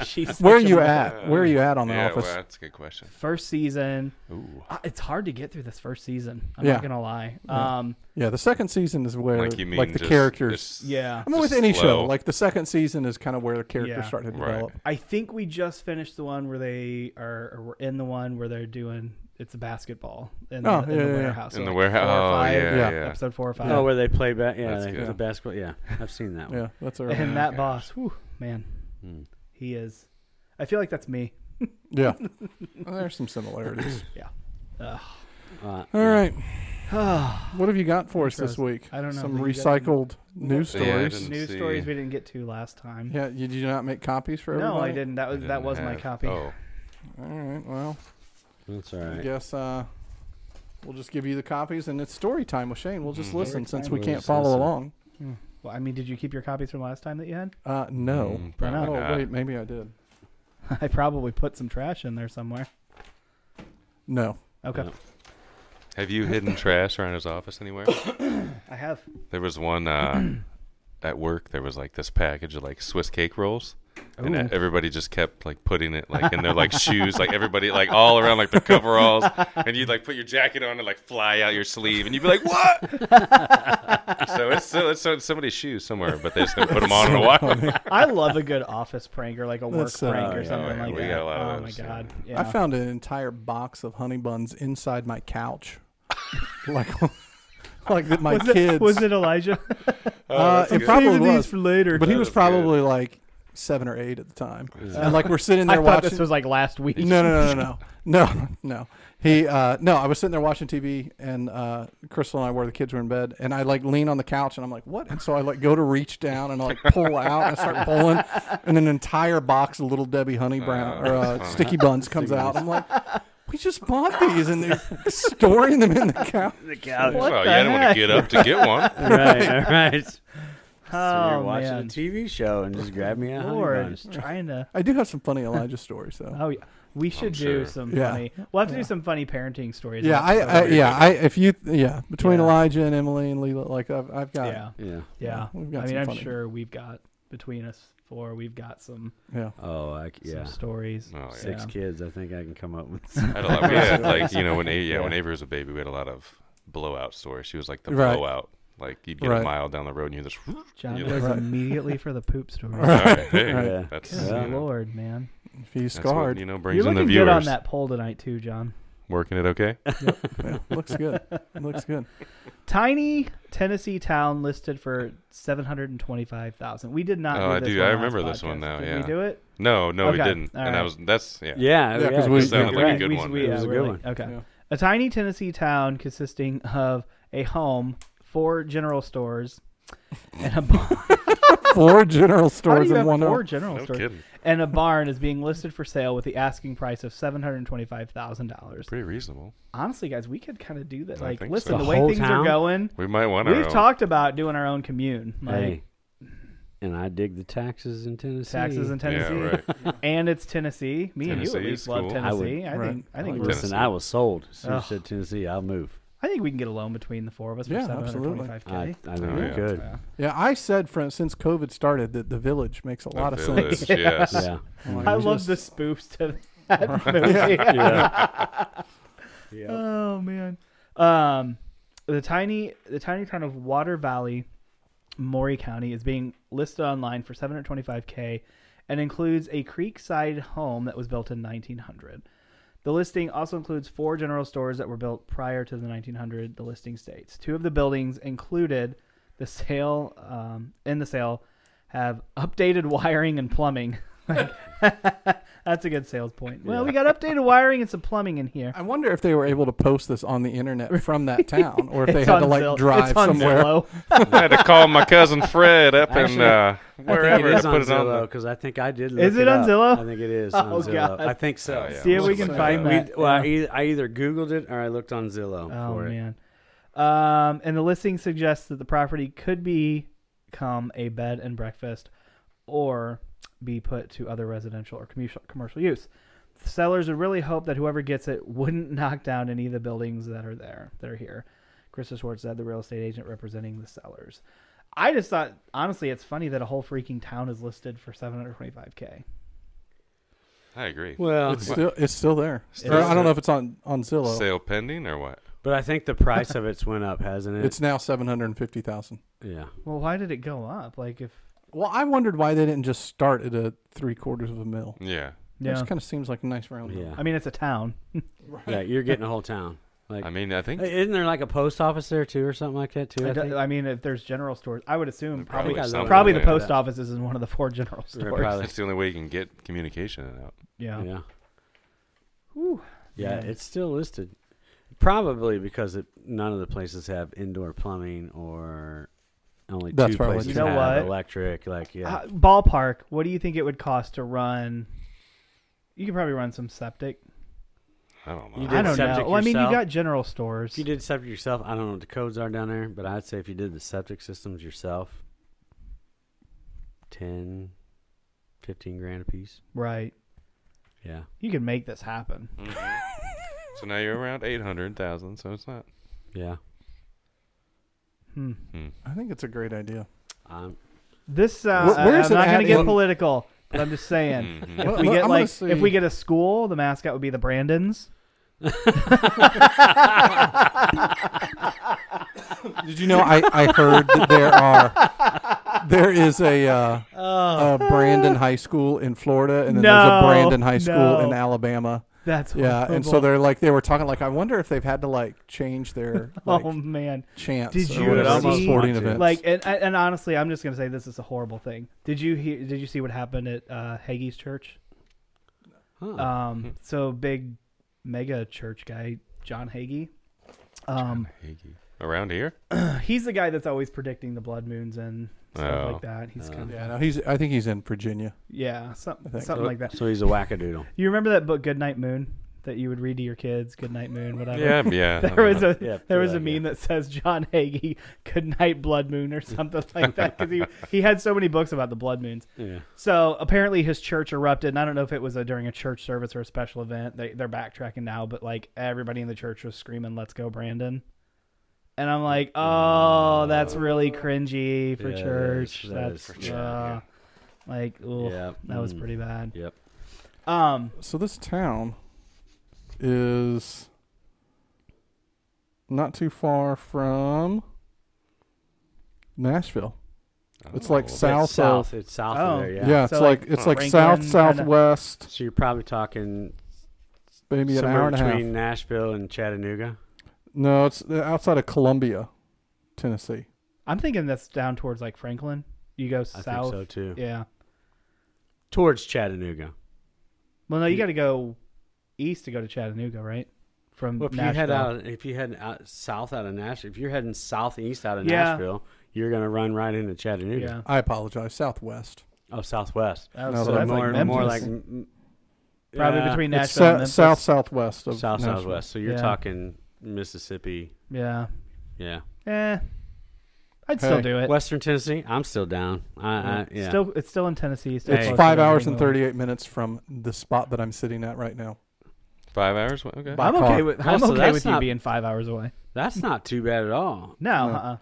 She's such
Where are
a
you
mother.
at? Where are you at on the
yeah,
office?
well, that's a good question.
First season.
Ooh.
Uh, It's hard to get through this first season. I'm
Yeah.
not gonna lie.
Yeah.
Um,
yeah, the second season is where
Like you mean
like the
just-
characters.
just-
yeah.
I mean, with
just
any show,
slow.
like the second season is kind of where the characters
Yeah.
start to
Right.
develop.
I think we just finished the one where they are, or we're in the one where they're doing it's a basketball in,
Oh,
the, in
yeah,
the
yeah, yeah.
warehouse.
In
So
the
like
warehouse.
four or
Oh
five,
yeah,
Yeah.
yeah.
episode four or <laughs> five.
Oh, where they play back? Yeah,
That's
they-
good.
the basketball. Yeah, I've seen that one.
Yeah, that's early.
and that boss, whew, man,
Hmm.
Mm.
he is. I feel like that's me. <sighs> <laughs>
Yeah, there's some
<laughs>
similarities.
Uh,
All right,
News
what have you got for us
Interesting.
this week?
I don't know.
Some
Did you get-
recycled news
Yeah, I
stories.
didn't- see.
stories we didn't get to last time.
Yeah, you did you not make copies for everybody?
no, I didn't. That was
I
that
didn't
was my
have-
copy.
Oh,
All right, well,
that's all
I
right.
guess uh, we'll just give you the copies, and it's story time with Shane. We'll just
Mhm.
listen
Story
since
time.
we
We'll
can't
just
follow
listen.
along.
Well, I mean, did you keep your copies from last time that you had? <laughs>
Uh, no.
Mm,
Why not?
probably
Oh
not.
wait, maybe I did.
I probably put some trash in there somewhere.
No.
Okay,
No.
Have you hidden trash around his office anywhere?
I have.
There was one uh,
<clears throat>
at work. There was like this package of like Swiss cake rolls, and
Ooh.
e- everybody just kept like putting it like in
<laughs>
their like shoes, like everybody like all around like their coveralls, and you'd like put your jacket on and like fly out your sleeve, and you'd be like,
<laughs>
"What?" so it's still it's on somebody's shoes somewhere, but they just don't put them on in a
<laughs> Uh,
while.
I love a good office prank or like a work
That's, uh,
prank or
yeah,
something
yeah,
like
we
that.
got a lot of
oh
those,
my
yeah.
god!
I
Yeah.
found an entire box of honey buns inside my couch. <laughs> like like that my
was,
kids
it, was
<laughs>
it Elijah? Oh,
uh,
that's
it
good.
probably
Saving
was.
these for later.
but he
That
was
is good.
probably like 7 or 8 at the time. And like we're sitting
I
there
thought
watching
this was like last week.
no, no, no, no, no, no, <laughs> no. He, uh, no, I was sitting there watching TV, and uh, Crystal and I, where the kids were in bed, and I like lean on the couch, and I'm like, what? And so I like go to reach down and I like pull out, and I start pulling, and an entire box of Little Debbie Honey Brown or uh, Sticky Buns comes out. I'm like, we just bought these, and they're <laughs> storing them in the couch.
the couch.
What
well,
the
yeah, I didn't want
heck?
to get up to get one.
<laughs> right, all right. so
Oh,
you're watching
man.
a TV show and just grab me a honey
Lord,
bun.
just trying to.
I do have some funny Elijah stories though.
Oh yeah, we should do
sure.
some
Yeah.
funny. We'll have to
Yeah.
do some funny parenting stories.
Yeah, I,
next
I,
time.
yeah, I, if you, yeah, between
Yeah.
Elijah and Emily and Leela, like I've, I've got,
yeah,
Yeah.
yeah.
We've got
I mean,
some
I'm
funny-
sure we've got between us before. We've got some,
Yeah.
Oh, I, c- yeah.
some stories.
Oh, yeah.
Six
Yeah.
kids. I think I can come up with.
I had a lot. We had like you know when a- yeah, when Avery was a baby, we had a lot of blowout stories. She was like the
Right.
blowout. Like you'd get
Right.
a mile down the road and you just.
John
you're
goes
like,
immediately for the poop story.
<laughs> All right, hey,
Yeah.
that's
Good
you know,
lord, man!
If he's
that's what,
scarred,
you know
You're
brings in the
looking
viewers.
good on that poll tonight too, John.
Working it okay?
yeah, looks good. looks good.
Tiny Tennessee town listed for seven hundred and twenty-five thousand. We did not.
Oh, I
do this one
do. I
last
remember this
podcast.
one now,
Did
yeah.
we do it?
No, no, we
Okay,
didn't.
all
and I
right.
was that's yeah.
Yeah,
Yeah, 'cause we-
it
It sounded
sounded
like a
right.
good
we,
one,
we-
man.
yeah,
It was a
we're
good
like- Okay.
Yeah.
A tiny Tennessee town consisting of a home, four general stores, and a barn.
Four general
<laughs> How do
stores
you
in
have
one.
four
o-
general
No
stores
kidding.
and a barn is being listed for sale with the asking price of seven hundred twenty-five thousand dollars.
Pretty reasonable.
Honestly, guys, we could kind of do that.
I
Like,
think
listen,
so.
the
The
way
whole
things are
town?
going,
We might want our
we've
own.
talked about doing our own commune, like
hey, and I dig the taxes in Tennessee.
taxes in Tennessee,
Yeah, right.
and it's Tennessee. Me and you at
Tennessee
least
is
love
cool.
I would-
Tennessee. I,
right.
think I think
like
we're-
Tennessee.
Listen, I was sold. As soon as
Ugh.
you said Tennessee, I'll move.
I think we can get a loan between the four of us for
Yeah,
seven hundred
absolutely.
twenty-five
I,
k.
I think
Oh,
we
yeah.
could.
Yeah, I said, for since COVID started, that the village makes a
The
lot of sense.
village, Yes.
Yeah.
I'm like,
I
we
love
Oh, just-
the spoofs to <laughs> that movie. <laughs>
yeah. yeah.
Oh man. Um, the tiny the tiny town of Water Valley, Maury County is being listed online for 725k, and includes a creekside home that was built in 1900. The listing also includes four general stores that were built prior to the 1900. The listing states two of the buildings included the sale um, in the sale have updated <laughs> wiring and plumbing. <laughs> Like, that's a good sales point. Well, we got updated wiring and some plumbing in here.
I wonder if they were able to post this on the
<laughs>
internet from that town, or if they
It's
had
on
to like
Zill-
drive
it's on
somewhere.
Zillow.
<laughs> I had to call my cousin Fred up in
Actually,
uh,
I think
wherever
it
to
is on
put it
Zillow
on.
because I think I did. Look
Is it on
up.
Zillow?
I think it is.
Oh,
on Zillow.
God.
I think so.
Oh, yeah.
See if
Let's
we
look
can
it
find
up.
We,
that.
well,
Yeah.
I, either, I either Googled it or I looked on Zillow
Oh
for it.
man. Um, and the listing suggests that the property could become a bed and breakfast, or be put to other residential or commercial commercial use. Sellers would really hope that whoever gets it wouldn't <laughs> knock down any of the buildings that are there that are here. Krista Schwartz said, the real estate agent representing the sellers. I just thought, honestly, it's funny that a whole freaking town is listed for 725k.
I agree.
Well,
It's still, it's still there.
Still
Or I don't
there.
know if it's on on Zillow.
Sale pending or what?
but I think the price of it's went up, hasn't it?
It's now seven hundred and fifty thousand.
yeah.
Well, why did it go up? Like if
Well, I wondered why they didn't just start at a three quarters of a mil.
Yeah.
Which kind of seems like a nice round.
Yeah.
I mean, it's a town.
yeah. You're getting a whole town. Like,
I mean, I think
Hey, isn't there like a post office there too or something like that too?
I,
I
do-
think?
I mean, if there's general stores, I would assume probably
I
probably,
love
something,
probably
the
yeah.
post office is in one of the four general
Right,
stores.
probably.
That's the only way you can get communication out.
Yeah.
Yeah.
Whew.
Yeah,
Yeah.
it's still listed. Probably because it, none of the places have indoor plumbing or only
That's
two
probably
places
true.
You know
have
what?
electric. Like, yeah.
Uh, ballpark. What do you think it would cost to run? You could probably run some septic.
I don't know.
You
I
did
don't know.
septic
Well, I mean, you
yourself?
got general stores.
if you did septic yourself, I don't know what the codes are down there, but I'd say if you did the septic systems yourself, 10, 15 grand a piece.
Right.
Yeah.
You can make this happen.
So now you're around eight hundred thousand. So it's not.
Yeah.
Hmm.
I think it's a great idea.
Um,
This sounds.
Where- where is
I'm
it
not going
at
to get
in-
political, but I'm
<laughs>
just saying.
Mhm.
If
Well, well,
we get
I'm gonna
like,
see-
if we get a school, the mascot would be the Brandons.
Did you know I, I heard that there are there is a uh, a Brandon High School in Florida and then there's a
Oh. No,
Brandon High School
no.
in Alabama.
That's
Yeah, and so
horrible.
they're like they were talking like I wonder if they've had to like change
<laughs>
their like,
oh man.
chance.
Did
or
you
whatever,
almost
sporting
want to.
events?
Like and and honestly, I'm just gonna say this is a horrible thing. Did you hear? Did you see what happened at uh, Hagee's church?
huh.
Oh, Mm-hmm.
Um, so big, mega church guy, John Hagee. Um,
Higgy. Around here?
he's the guy that's always predicting the blood moons and stuff
Oh.
like that. He's kind of
yeah, no, he's I think he's in Virginia.
yeah, something
think
something like that.
so he's a wackadoodle.
You remember that book, Good Night Moon, that you would read to your kids, Good Night Moon, whatever.
Yeah, yeah. I
<laughs> There
don't
was
know.
a
Yeah,
there
yeah,
was a
yeah.
meme that says John Hagee, <laughs> Good Night Blood Moon or something like that because
<laughs>
he he had so many books about the blood moons.
Yeah.
So apparently his church erupted, and I don't know if it was a, during a church service or a special event. They, they're backtracking now, but like everybody in the church was screaming, "Let's go, Brandon!" And I'm like,
Mm.
"Oh, that's really cringy for
Yeah, it
church.
is. That
that's
is- yeah,
uh, Like, ugh,
Yeah.
Mm-hmm.
that was
Mm.
pretty bad.
Yep.
Um,
So this town is not too far from Nashville. It's like
Oh.
south,
it's south.
of
It's south
Oh.
of there.
yeah,
Yeah.
it's
So,
like,
like,
it's like
Franklin,
south
kinda-
southwest,
So you're probably talking
maybe an
somewhere
hour and a half.
between Nashville and Chattanooga.
No, it's uh, outside of Columbia, Tennessee.
I'm thinking that's down towards like Franklin. You go
I
south.
think so too.
Yeah.
Towards Chattanooga.
Well, no, you got to go east to go to Chattanooga, right? From
Well, if
Mm-hmm. Nashville.
you head out, if you head out south out of Nashville, if you're heading southeast out of
Yeah.
Nashville, you're gonna run right into Chattanooga.
yeah.
I apologize, southwest.
Oh, southwest.
That was-
No,
so
but
that's
more,
like
more
Memphis.
like mm,
probably
yeah,
between
It's
Nashville and
sou-
Memphis.
south southwest of
south
Nashville.
southwest. So you're
Yeah.
talking Mississippi.
Yeah.
Yeah,
Eh. I'd still
Hey,
do it.
Western Tennessee. I'm still down. I, I yeah.
Still, it's still in Tennessee. Still
Hey.
It's
close
five
to
hours and
everything.
thirty-eight minutes from the spot that I'm sitting at right now.
Five hours. Okay.
By
I'm
car.
okay with. I'm
Also,
okay
that's
with you
not-
being five hours away.
That's not too bad at all.
No,
No.
uh-uh.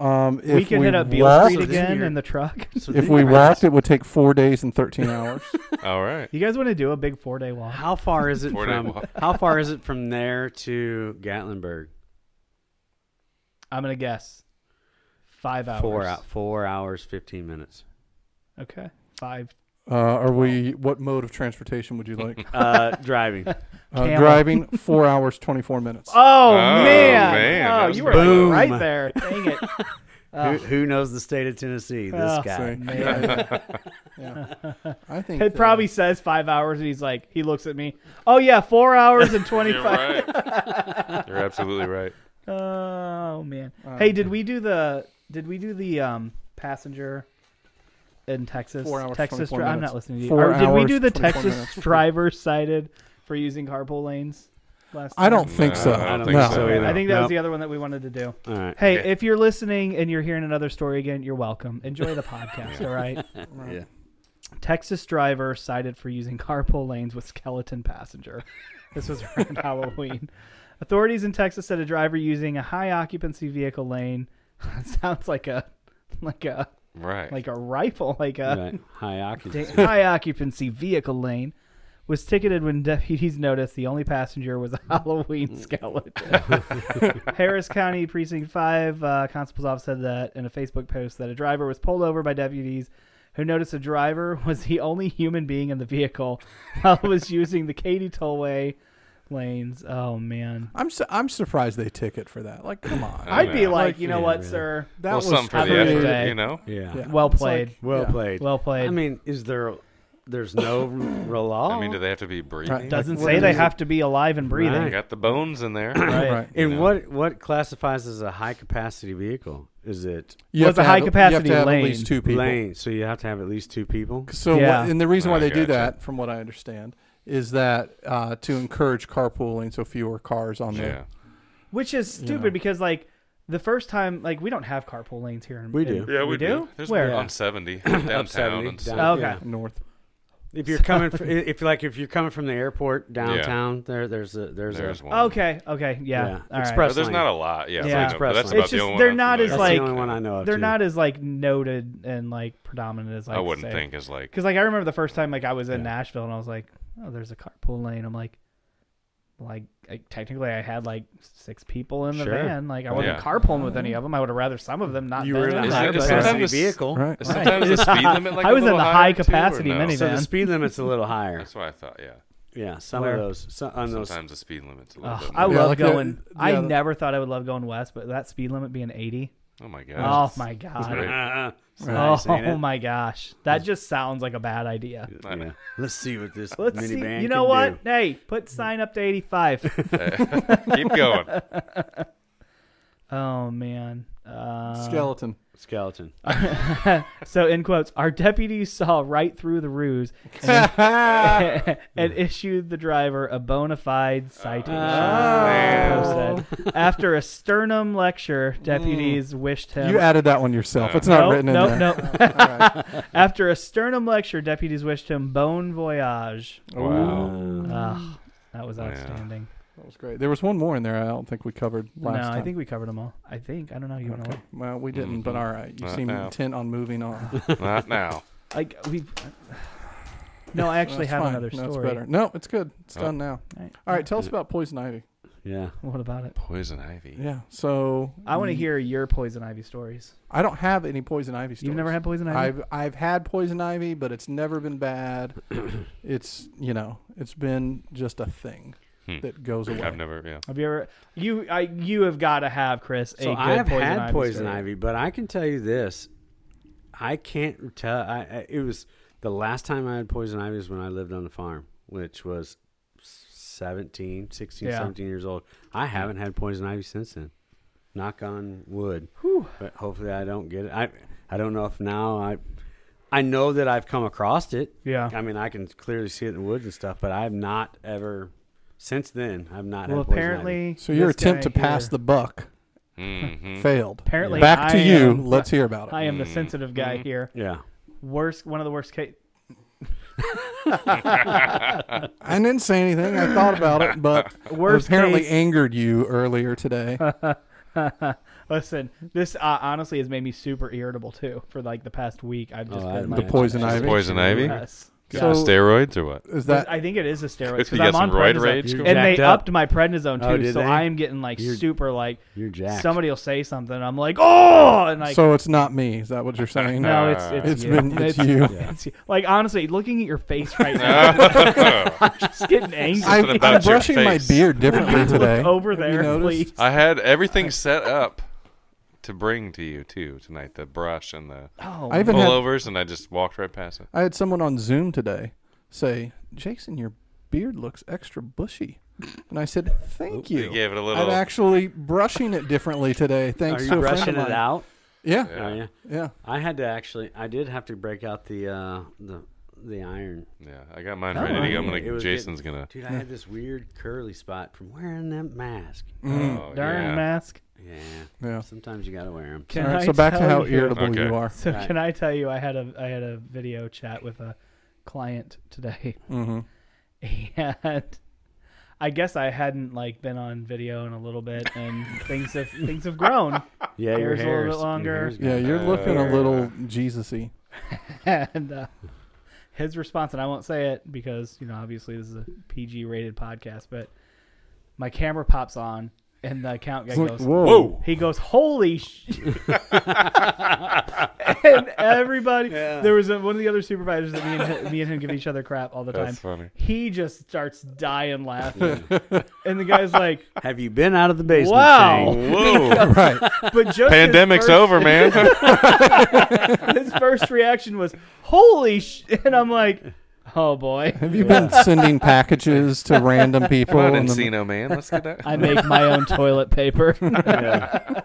Um, if
we could hit up Beale
walked-
Street
So then
again
you're-
in the truck. <laughs>
So
If
then
we
you're
walked, it would take four days and thirteen hours. <laughs>
All right.
You guys want to do a big four day walk?
How far is it
Four-day
from?
walk.
how far is it from there to Gatlinburg?
I'm gonna guess five hours.
Four out. Four hours, fifteen minutes.
Okay, five.
Uh, are we? What mode of transportation would you
<laughs>
like?
Uh, driving.
Uh,
Camel.
driving four hours twenty-four minutes.
Oh,
Oh,
man!
man, that
Oh,
was
you were
boom.
like
<laughs>
right there. Dang it!
who, who knows the state of Tennessee? This
Oh,
guy.
See?
man.
<laughs> Yeah.
<laughs>
I think
It probably says five hours, and he's like, he looks at me. Oh yeah, four
<laughs>
hours and twenty
You're
five.
right.
<laughs>
You're absolutely right.
Oh man! hey, did we do the? Did we do the um passenger in Texas?
Four hours,
Texas.
24
dri- I'm not
minutes.
listening to you.
Four
Or did we
hours,
do the
24
Texas
minutes.
driver cited for using carpool lanes last?
I
time?
don't think
No,
so.
I don't
no.
think so either.
I think that was
Nope.
the other one that we wanted to do.
All right.
Hey,
Yeah.
if you're listening and you're hearing another story again, you're welcome. Enjoy the <laughs> podcast. all right.
Yeah.
Texas driver cited for using <laughs> carpool lanes with skeleton passenger. This was around Halloween. Authorities in Texas said a driver using a high occupancy vehicle lane <laughs> sounds like a like a
Right.
like a rifle, like a
Right. High
da-
occupancy.
high occupancy vehicle lane was ticketed when deputies noticed the only passenger was a <laughs> Halloween
<laughs>
skeleton. Harris County Precinct 5 uh, Constable's Office said that in a Facebook post that a driver was pulled over by deputies who noticed the driver <laughs> was the only human being in the vehicle <laughs> while it was using the Katy Tollway lanes. Oh, man.
I'm su- I'm surprised they ticket for that. Like, come
Oh,
on.
I
I'd be
know.
like, you know
yeah,
what,
really.
sir?
that
well, something for
Have a
the
good
effort,
day.
you know.
Yeah.
Yeah.
Well
It's
played.
Well
yeah.
played.
Well played.
I mean, is there? There's no r- law.
I mean, do they have to be breathing?
Right.
Doesn't
Like,
say
what
they
is it?
have to be alive and breathing.
You got the bones in there.
<coughs> Right.
Right.
And
You know.
what what classifies as a high capacity vehicle? Is it
You
Well,
have
it's a
to have-
high-capacity
you have to have
lane.
At least two people.
lane? So you have to have at least two people.
So, what-
Yeah.
and the reason why
I
they do
gotcha.
that, from what I understand, is that uh, to encourage carpooling, so fewer cars on
Yeah.
there.
Which is stupid because like the first time like we don't have carpool lanes here. In,
We
in-
do.
Yeah, we,
we do.
There's
Where?
one on
<coughs>
70 downtown.
70,
and
down-
stuff.
Okay.
yeah.
North.
If you're coming, fr- if like if you're coming from the airport downtown, there there's a there's,
There's
a
one.
Okay. Okay. Yeah.
Yeah.
All right.
Express-
But there's not a lot. Yeah.
Yeah.
I know,
Express
but that's
lane.
about
It's
the
just-
only
they're
one I'm
not as,
that's
familiar
like-
the only one I know of.
They're
too.
not as like noted and like predominant as
with.
like
I wouldn't think is like.
because like I remember the first time like I was in
Yeah.
Nashville and I was like, oh, there's a carpool lane. I'm like. Like I, technically, I had like six people in the
Sure.
van. Like I wasn't
Yeah.
carpooling with any of them. I would have rather some of them not.
you
been
were
in
in a
there,
Is
high
it-
but-
is sometimes
capacity
it's-
vehicle.
Right.
Is sometimes the speed limit like
I
a
was in
little
the
higher,
high
too, or
capacity
no?
minivan.
So the speed limit's a little
<laughs>
higher.
That's what I thought. Yeah.
Yeah, some
Where?
of those so, on those. <laughs>
Sometimes the speed limit's a little
Ugh,
bit.
I
more.
Yeah,
love
like the-
going. I
yeah.
never thought I would love going west, but that speed limit being eighty.
Oh my
Oh
god.
my god.
uh,
great.
It's nice,
oh
ain't
<laughs>
it?
my gosh, that just sounds like a bad idea.
I know.
Yeah. Let's see what this
Let's see.
minivan
You know
can
what?
do.
Hey, put sign up to eighty-five. <laughs>
<laughs> Keep going.
oh man. Uh,
<laughs> Skeleton.
Skeleton.
so in quotes, our deputies saw right through
<laughs>
the ruse and,
Ah.
<laughs> and issued the driver a bona fide citation.
Oh.
the post
<laughs>
said. After a sternum lecture, deputies wished him.
Mm. You added that one yourself. It's not
Nope,
written in
nope,
there. <laughs>
nope. After a sternum lecture, deputies wished him bon voyage.
<laughs> Wow.
Ugh, that was
Oh,
Yeah.
outstanding.
That was great. There was one more in there. I don't think we covered last
no,
time.
I think we covered them all. I think I don't know. You want to
Mm-hmm. Uh,
Okay. Well, we didn't, but all right. You
Not
seem
now.
intent on moving on.
Not now.
Like we. <sighs> No, I actually
That's
have
fine.
another story.
That's better. No, it's good. It's
Oh. Uh,
done now.
All right.
All right, tell us about poison ivy.
Yeah.
What about it?
Poison ivy.
Yeah. So
I want to hear your poison ivy stories.
I don't have any poison ivy stories.
You've never had poison ivy.
I've I've had poison ivy, but it's never been bad.
<coughs>
it's you know, it's been just a thing
Hmm.
that goes away.
I've never.
<laughs>
Yeah.
Have you ever? You I, you have got to have Chris. a
So
good
I have
poison
had
ivy
poison
story.
ivy, but I can tell you this: I can't tell. I, I it was the last time I had poison ivy was when I lived on the farm, which was 17, 16,
Yeah.
17 years old. I haven't had poison ivy since then. Knock on wood, but hopefully I don't get it. I I don't know if now I I know that I've come across it.
Yeah.
I mean I can clearly see it in the woods and stuff, but I've not ever since then. I've not.
Well,
had poison ivy.
apparently.
So your
this
attempt to
guy
pass
here-
the buck
Mm-hmm.
failed.
Apparently,
Back to
I
you.
am-
Let's Mm. hear about it.
I
Mm.
am the sensitive guy here.
yeah.
Worst, one of the worst case.
I didn't say anything. I thought about it,
<laughs>
but
<laughs> Worst
apparently
case-
angered you earlier today.
<laughs> Listen, this uh, honestly has made me super irritable too. For like the past week, I've just
Oh, I
been
imagine.
like
the poison
Just
ivy.
Poison ivy.
Yes.
Got
So-
steroids or
<laughs>
what?
Is that
I think it is a steroid
If you
because I'm
got
on
some roid
prednisone,
rage
You're
going
and they
jacked up.
upped my prednisone
Oh,
too,
did
so
they?
I am getting like
You're-
super like
You're jacked.
somebody will say something, and I'm like, oh, and like
so? It's not me. Is that what you're saying?
no, it's it's
it's
you.
been it's you.
It's- like honestly, looking at your face right now, I'm just getting angry.
I,
Something
I'm
about your
brushing my
face.
beard differently today.
over
Have you
there,
noticed?
please.
<laughs>
<laughs>
I had everything set up to bring to you too tonight. The brush and the
Oh,
I even had
pullovers, and I just walked right past it.
I had someone on Zoom today say, "Jason, your beard looks extra bushy," and I said, "Thank
You
you."
gave it a
I'm
little.
actually brushing it differently today,
Are
thanks
you
to a friend
brushing
of
it
mine.
out?
Yeah, yeah.
Yeah.
Oh, yeah. I had to actually. I did have to break out the uh, the the iron.
Yeah, I got mine
Oh,
ready to go. I'm
yeah, it
gonna.
was
Jason's gonna.
Dude, I had this weird curly spot from wearing that mask.
Oh,
darn
yeah.
mask.
Yeah.
Mm-hmm. Yeah.
Sometimes you gotta wear them.
Can
All right,
I
so back to
tell
how
you-
irritable
Okay.
you are.
So
Right.
can I tell you? I had a I had a video chat with a client today, <laughs>
Mm-hmm.
and I guess I hadn't like been on video in a little bit, and things have things
<laughs>
have grown.
Yeah, your
Hair's a little
hair's
bit longer.
Your hair's
Yeah,
gone.
you're looking a
Uh,
little Jesus-y.
and uh, his response, and I won't say it because you know obviously this is a PG rated podcast, but my camera pops on and the account guy
It's like,
goes,
whoa.
He goes,
<laughs>
holy sh! and everybody, there was a, one of the other supervisors that me and him, me and him give each other crap all the time.
That's
<laughs>
funny.
He just starts dying laughing, and the guy's like,
Have you been out of the basement?
<laughs>
"Wow!"
Shane?
Whoa!
Right.
But just his
<laughs> Pandemic's
first-
over, man.
<laughs> His first reaction was, "Holy sh!" And I'm like, "Oh boy."
Have you
<laughs>
been sending packages to random people?
Come on,
and then-
Encino, man. Let's get
<laughs>
that.
I make my
<laughs>
own toilet paper.
Uh,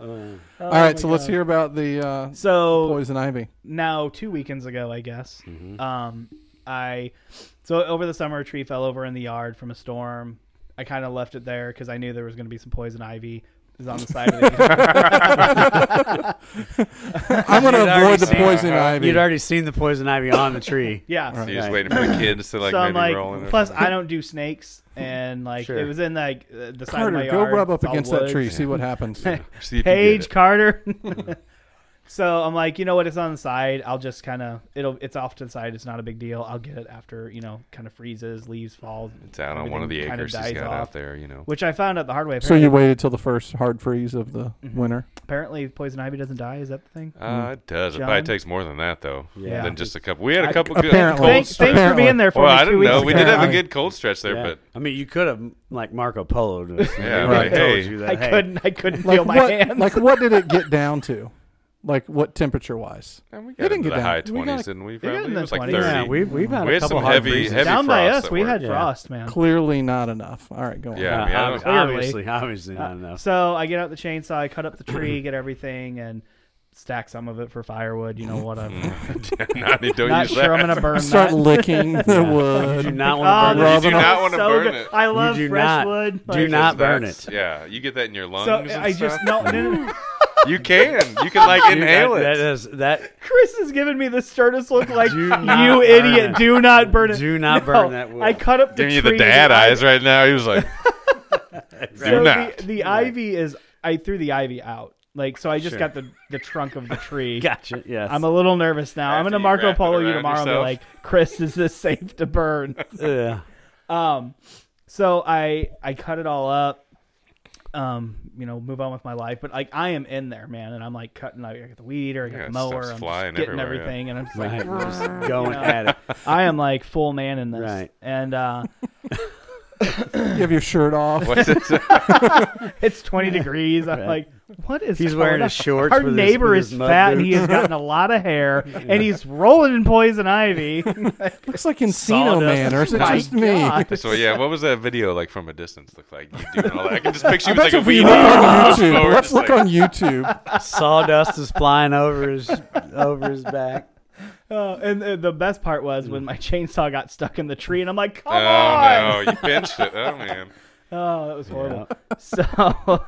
Um,
All
<laughs>
right, so let's hear about the uh,
Oh So
poison Mm-hmm. ivy.
now, two weekends ago, I guess, um, I so over the summer, a tree fell over in the yard from a storm. I kind of left it there because I knew there was going to be some poison ivy. It was on the side
<laughs>
of the yard.
I'm going to
You'd
avoid
already
the
seen-
poison
uh-huh.
ivy.
You'd already seen the poison ivy on the
<laughs>
tree.
Yeah.
<laughs> You're just
Right.
waiting for the kids to like
so I'm
maybe
like,
roll in. or
plus
<laughs>
I don't do snakes, and like
Sure.
it was in like uh, the side of
Carter,
my
go
yard.
rub up
It's all
against that
woods.
tree. See what happens.
something. See if you get
Paige
it. <laughs>
Carter. <laughs> so I'm like, you know what? It's on the side. I'll just kind of it'll it's off to the side. It's not a big deal. I'll get it after you know, kind of freezes, leaves fall.
It's out on one of the
everything kinda
acres he's
dies
got
off.
out there. You know.
Which I found out the hard way.
So
Apparently,
you waited till the first hard freeze of the winter.
apparently poison ivy doesn't die. Is that the thing?
Uh, it does. It
John?
probably takes more than that, though.
Yeah.
Than just a couple. We had
I-
a couple good
Apparently.
cold
Thanks,
stretch.
thanks for being there for me
Well, I
two
didn't
weeks
know. We did have a
apparently.
good cold stretch there,
Yeah.
but
I mean, you could have like Marco Polo. to us.
Yeah,
Maybe I
right.
told
Hey.
you that,
I
hey,
couldn't. I couldn't
Like
feel my
what?
hands.
Like what did it get down to? Like what temperature wise?
Man, we
It
got
didn't
into
get
the
down.
high
We got-
twenties, didn't we?
got
Probably
in
it
the
was like
30.
Yeah,
thirty.
we've we've had
We
a
had
couple
some
hard
heavy-
breezes.
heavy
Down by
frost
us,
that
we
were-
had
Yeah.
frost, man.
Clearly not enough. All right, go on.
Yeah, I mean,
Uh,
I don't-
ob-
Clearly.
obviously, obviously not enough.
So I get out the chainsaw, I cut up the tree, get everything, and stack some of it for firewood. You
<laughs>
know what? I'm <laughs>
Not- you Mm-hmm. don't
not
use
sure
that.
I'm
<laughs>
gonna burn
Start
that.
licking the
Uh,
You do
wood.
not
Oh,
want to burn
You do
it.
Robin, not wanna
so
burn
good.
it.
I love
do
fresh
not-
wood.
do
Like,
not burn
That's-
it.
Yeah, you get that in your lungs.
So
and
I just
stuff.
<laughs>
no, no,
<laughs>
no, no.
You can. You can like
Dude,
inhale
that, that
it.
is that.
Chris is giving me the sternest look, like
Do not
you
burn
idiot.
it.
Do not burn it.
Do not
No,
burn that wood.
I cut up the
Giving you the
tree
dad
and I-
eyes right now. He was like,
So
"Do not."
The, the ivy is I threw the ivy out. Like, so I just got the the
<laughs>
trunk of the tree.
Gotcha. Yes.
I'm a little nervous now. I'm
After
gonna
you
Marco
wrap it
Polo you
around
tomorrow and be
yourself.
like, Chris, is this safe to burn?
yeah.
um, so I I cut it all up. Um, you know, move on with my life. But like, I am in there, man, and I'm like cutting. I got the weed eater, I got
Yeah,
the mower,
stuff's
I'm
flying
just getting
everywhere, yeah.
everything, and I'm just
Right.
like,
We're just going at it.
I am like full man in this,
Right.
and uh,
You have your shirt off.
What's it?
it's 20 degrees.
<laughs>
I'm
Right.
like, what is
He's
going
wearing
on?
his shorts.
Our
with his-
neighbor
with his
is
mud
fat and he
boots.
has gotten a lot of
<laughs>
hair and he's rolling in poison ivy. <laughs>
Looks like Encino Man, or is it
My
just me?
<laughs>
God. <laughs>
So yeah, what was that video like from a distance look like? You doing all that? I can just picture
I
you
bet
with like a
if we
weed.
look
<laughs>
on
eater.
YouTube,
Over,
let's
just
look
like-
on
<laughs>
YouTube.
Sawdust is flying over his over his back.
Uh, and uh, the best part was
Mm.
when my chainsaw got stuck in the tree and I'm like, come on.
Oh no, you pinched it. Oh man.
Oh, that was horrible. So
Uh,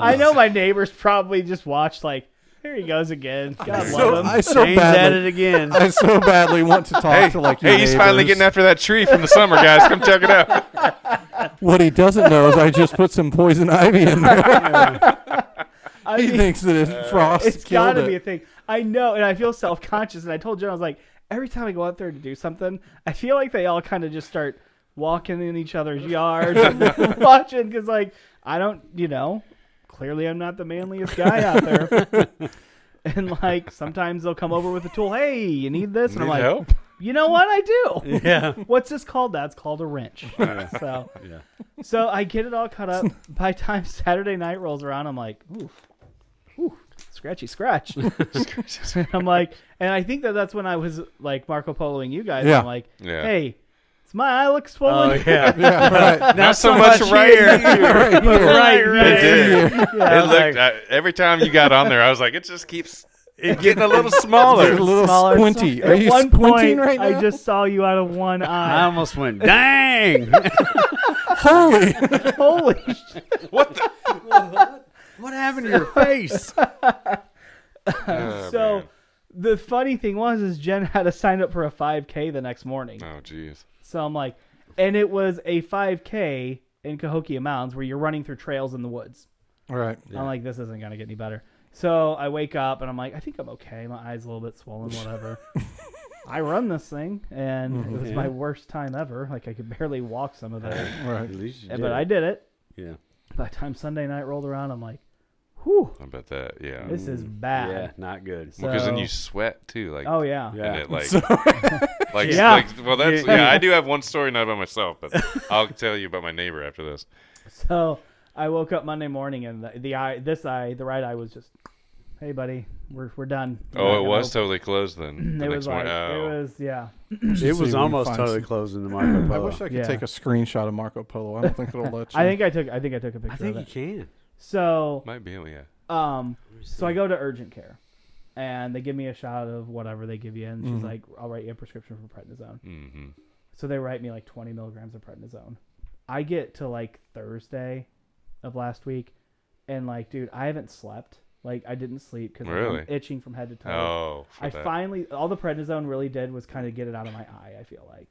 I know my neighbors probably just watched like, here he
<laughs>
goes again. God
So,
love him.
I so
James at it
badly,
<laughs>
again.
I so badly want to <laughs> talk
Hey,
to like your
hey, he's finally
neighbors.
getting after that tree from the summer, guys. Come check it out.
What he doesn't know is I just put some poison ivy in there.
I
he
mean,
thinks that it's frost
<laughs> it's
killed
gotta
it.
<laughs> be a thing. I know, and I feel self conscious. And I told Jen, I was like, every time I go out there to do something, I feel like they all kind of just start walking in each other's yards,
<laughs>
and <laughs> watching because like I don't, you know, clearly I'm not the manliest guy out there. <laughs> and like sometimes they'll come over with a tool. Hey, you need this? And I'm
Need
like,
help?
you know what? I do.
yeah.
What's this called? That's called
<laughs>
a wrench. <laughs> So, so I get it all cut up. By the time Saturday night rolls around, I'm like, oof, ooh,
<laughs>
scratchy scratch. I'm like, and I think that that's when I was like Marco Poloing you guys.
Yeah. Oh,
I'm like,
Yeah.
hey, does my eye look swollen? <laughs>
yeah.
Yeah, <laughs> right.
Not so much <laughs>
<laughs>
right here.
Right here.
Right,
It
right.
did.
Yeah,
it
like-
looked I, every time you got on there, I was like, it just keeps it getting a little smaller.
You're a little
Smaller.
squinty. Are
At
you
one
squinting
point,
right now? <laughs>
I just saw you out of one
I
eye. <laughs>
almost went, dang. <laughs>
Holy.
Holy shit.
What the?
what happened to your
<laughs>
face?
Oh,
So
man.
the funny thing was is Jen had to sign up for a 5K the next morning.
Oh jeez.
So I'm like, and it was a 5K in Cahokia Mounds where you're running through trails in the woods.
All <laughs> right.
I'm like, this isn't gonna get any better. So I wake up and I'm like, I think I'm okay. My eyes a little bit swollen,
<laughs>
whatever. I run this thing, and it was
Mhm.
my worst time ever. Like I could barely walk some of it,
Right.
<laughs> but I did it.
Yeah.
By the time Sunday night rolled around, I'm like, whew,
I bet that. Yeah.
this is
Yeah,
bad.
not good.
Because then you
so-
sweat too. Like.
Oh yeah.
Yeah.
And it like,
So-
<laughs> like,
Yeah.
like- well, that's
Yeah.
yeah. I do have one story not about myself, but I'll tell you about my neighbor after this.
So I woke up Monday morning, and the, the eye, this eye, the right eye was just, hey buddy, we're we're done.
Oh, it was totally closed then. The
Mm-hmm. It
next
was like
morning.
it
Oh.
was yeah.
It
we
was
can
almost
find
totally
some-
closed in the Marco
I
Polo.
wish I could
Yeah.
take a screenshot of Marco Polo. I don't think it'll let you.
I think I took I think I took a picture
I think
of
you
it.
can.
So
Might be, oh, yeah.
Um, so I go to urgent care, and they give me a shot of whatever they give you, and she's like, "I'll write you a prescription for prednisone."
Mm-hmm.
So they write me like 20 milligrams of prednisone. I get to like Thursday of last week, and like, dude, I haven't slept. Like, I didn't sleep because
Really?
I'm itching from head to toe.
Oh, for
I
that.
finally, all the prednisone really did was kind of get it out of my eye. I feel like,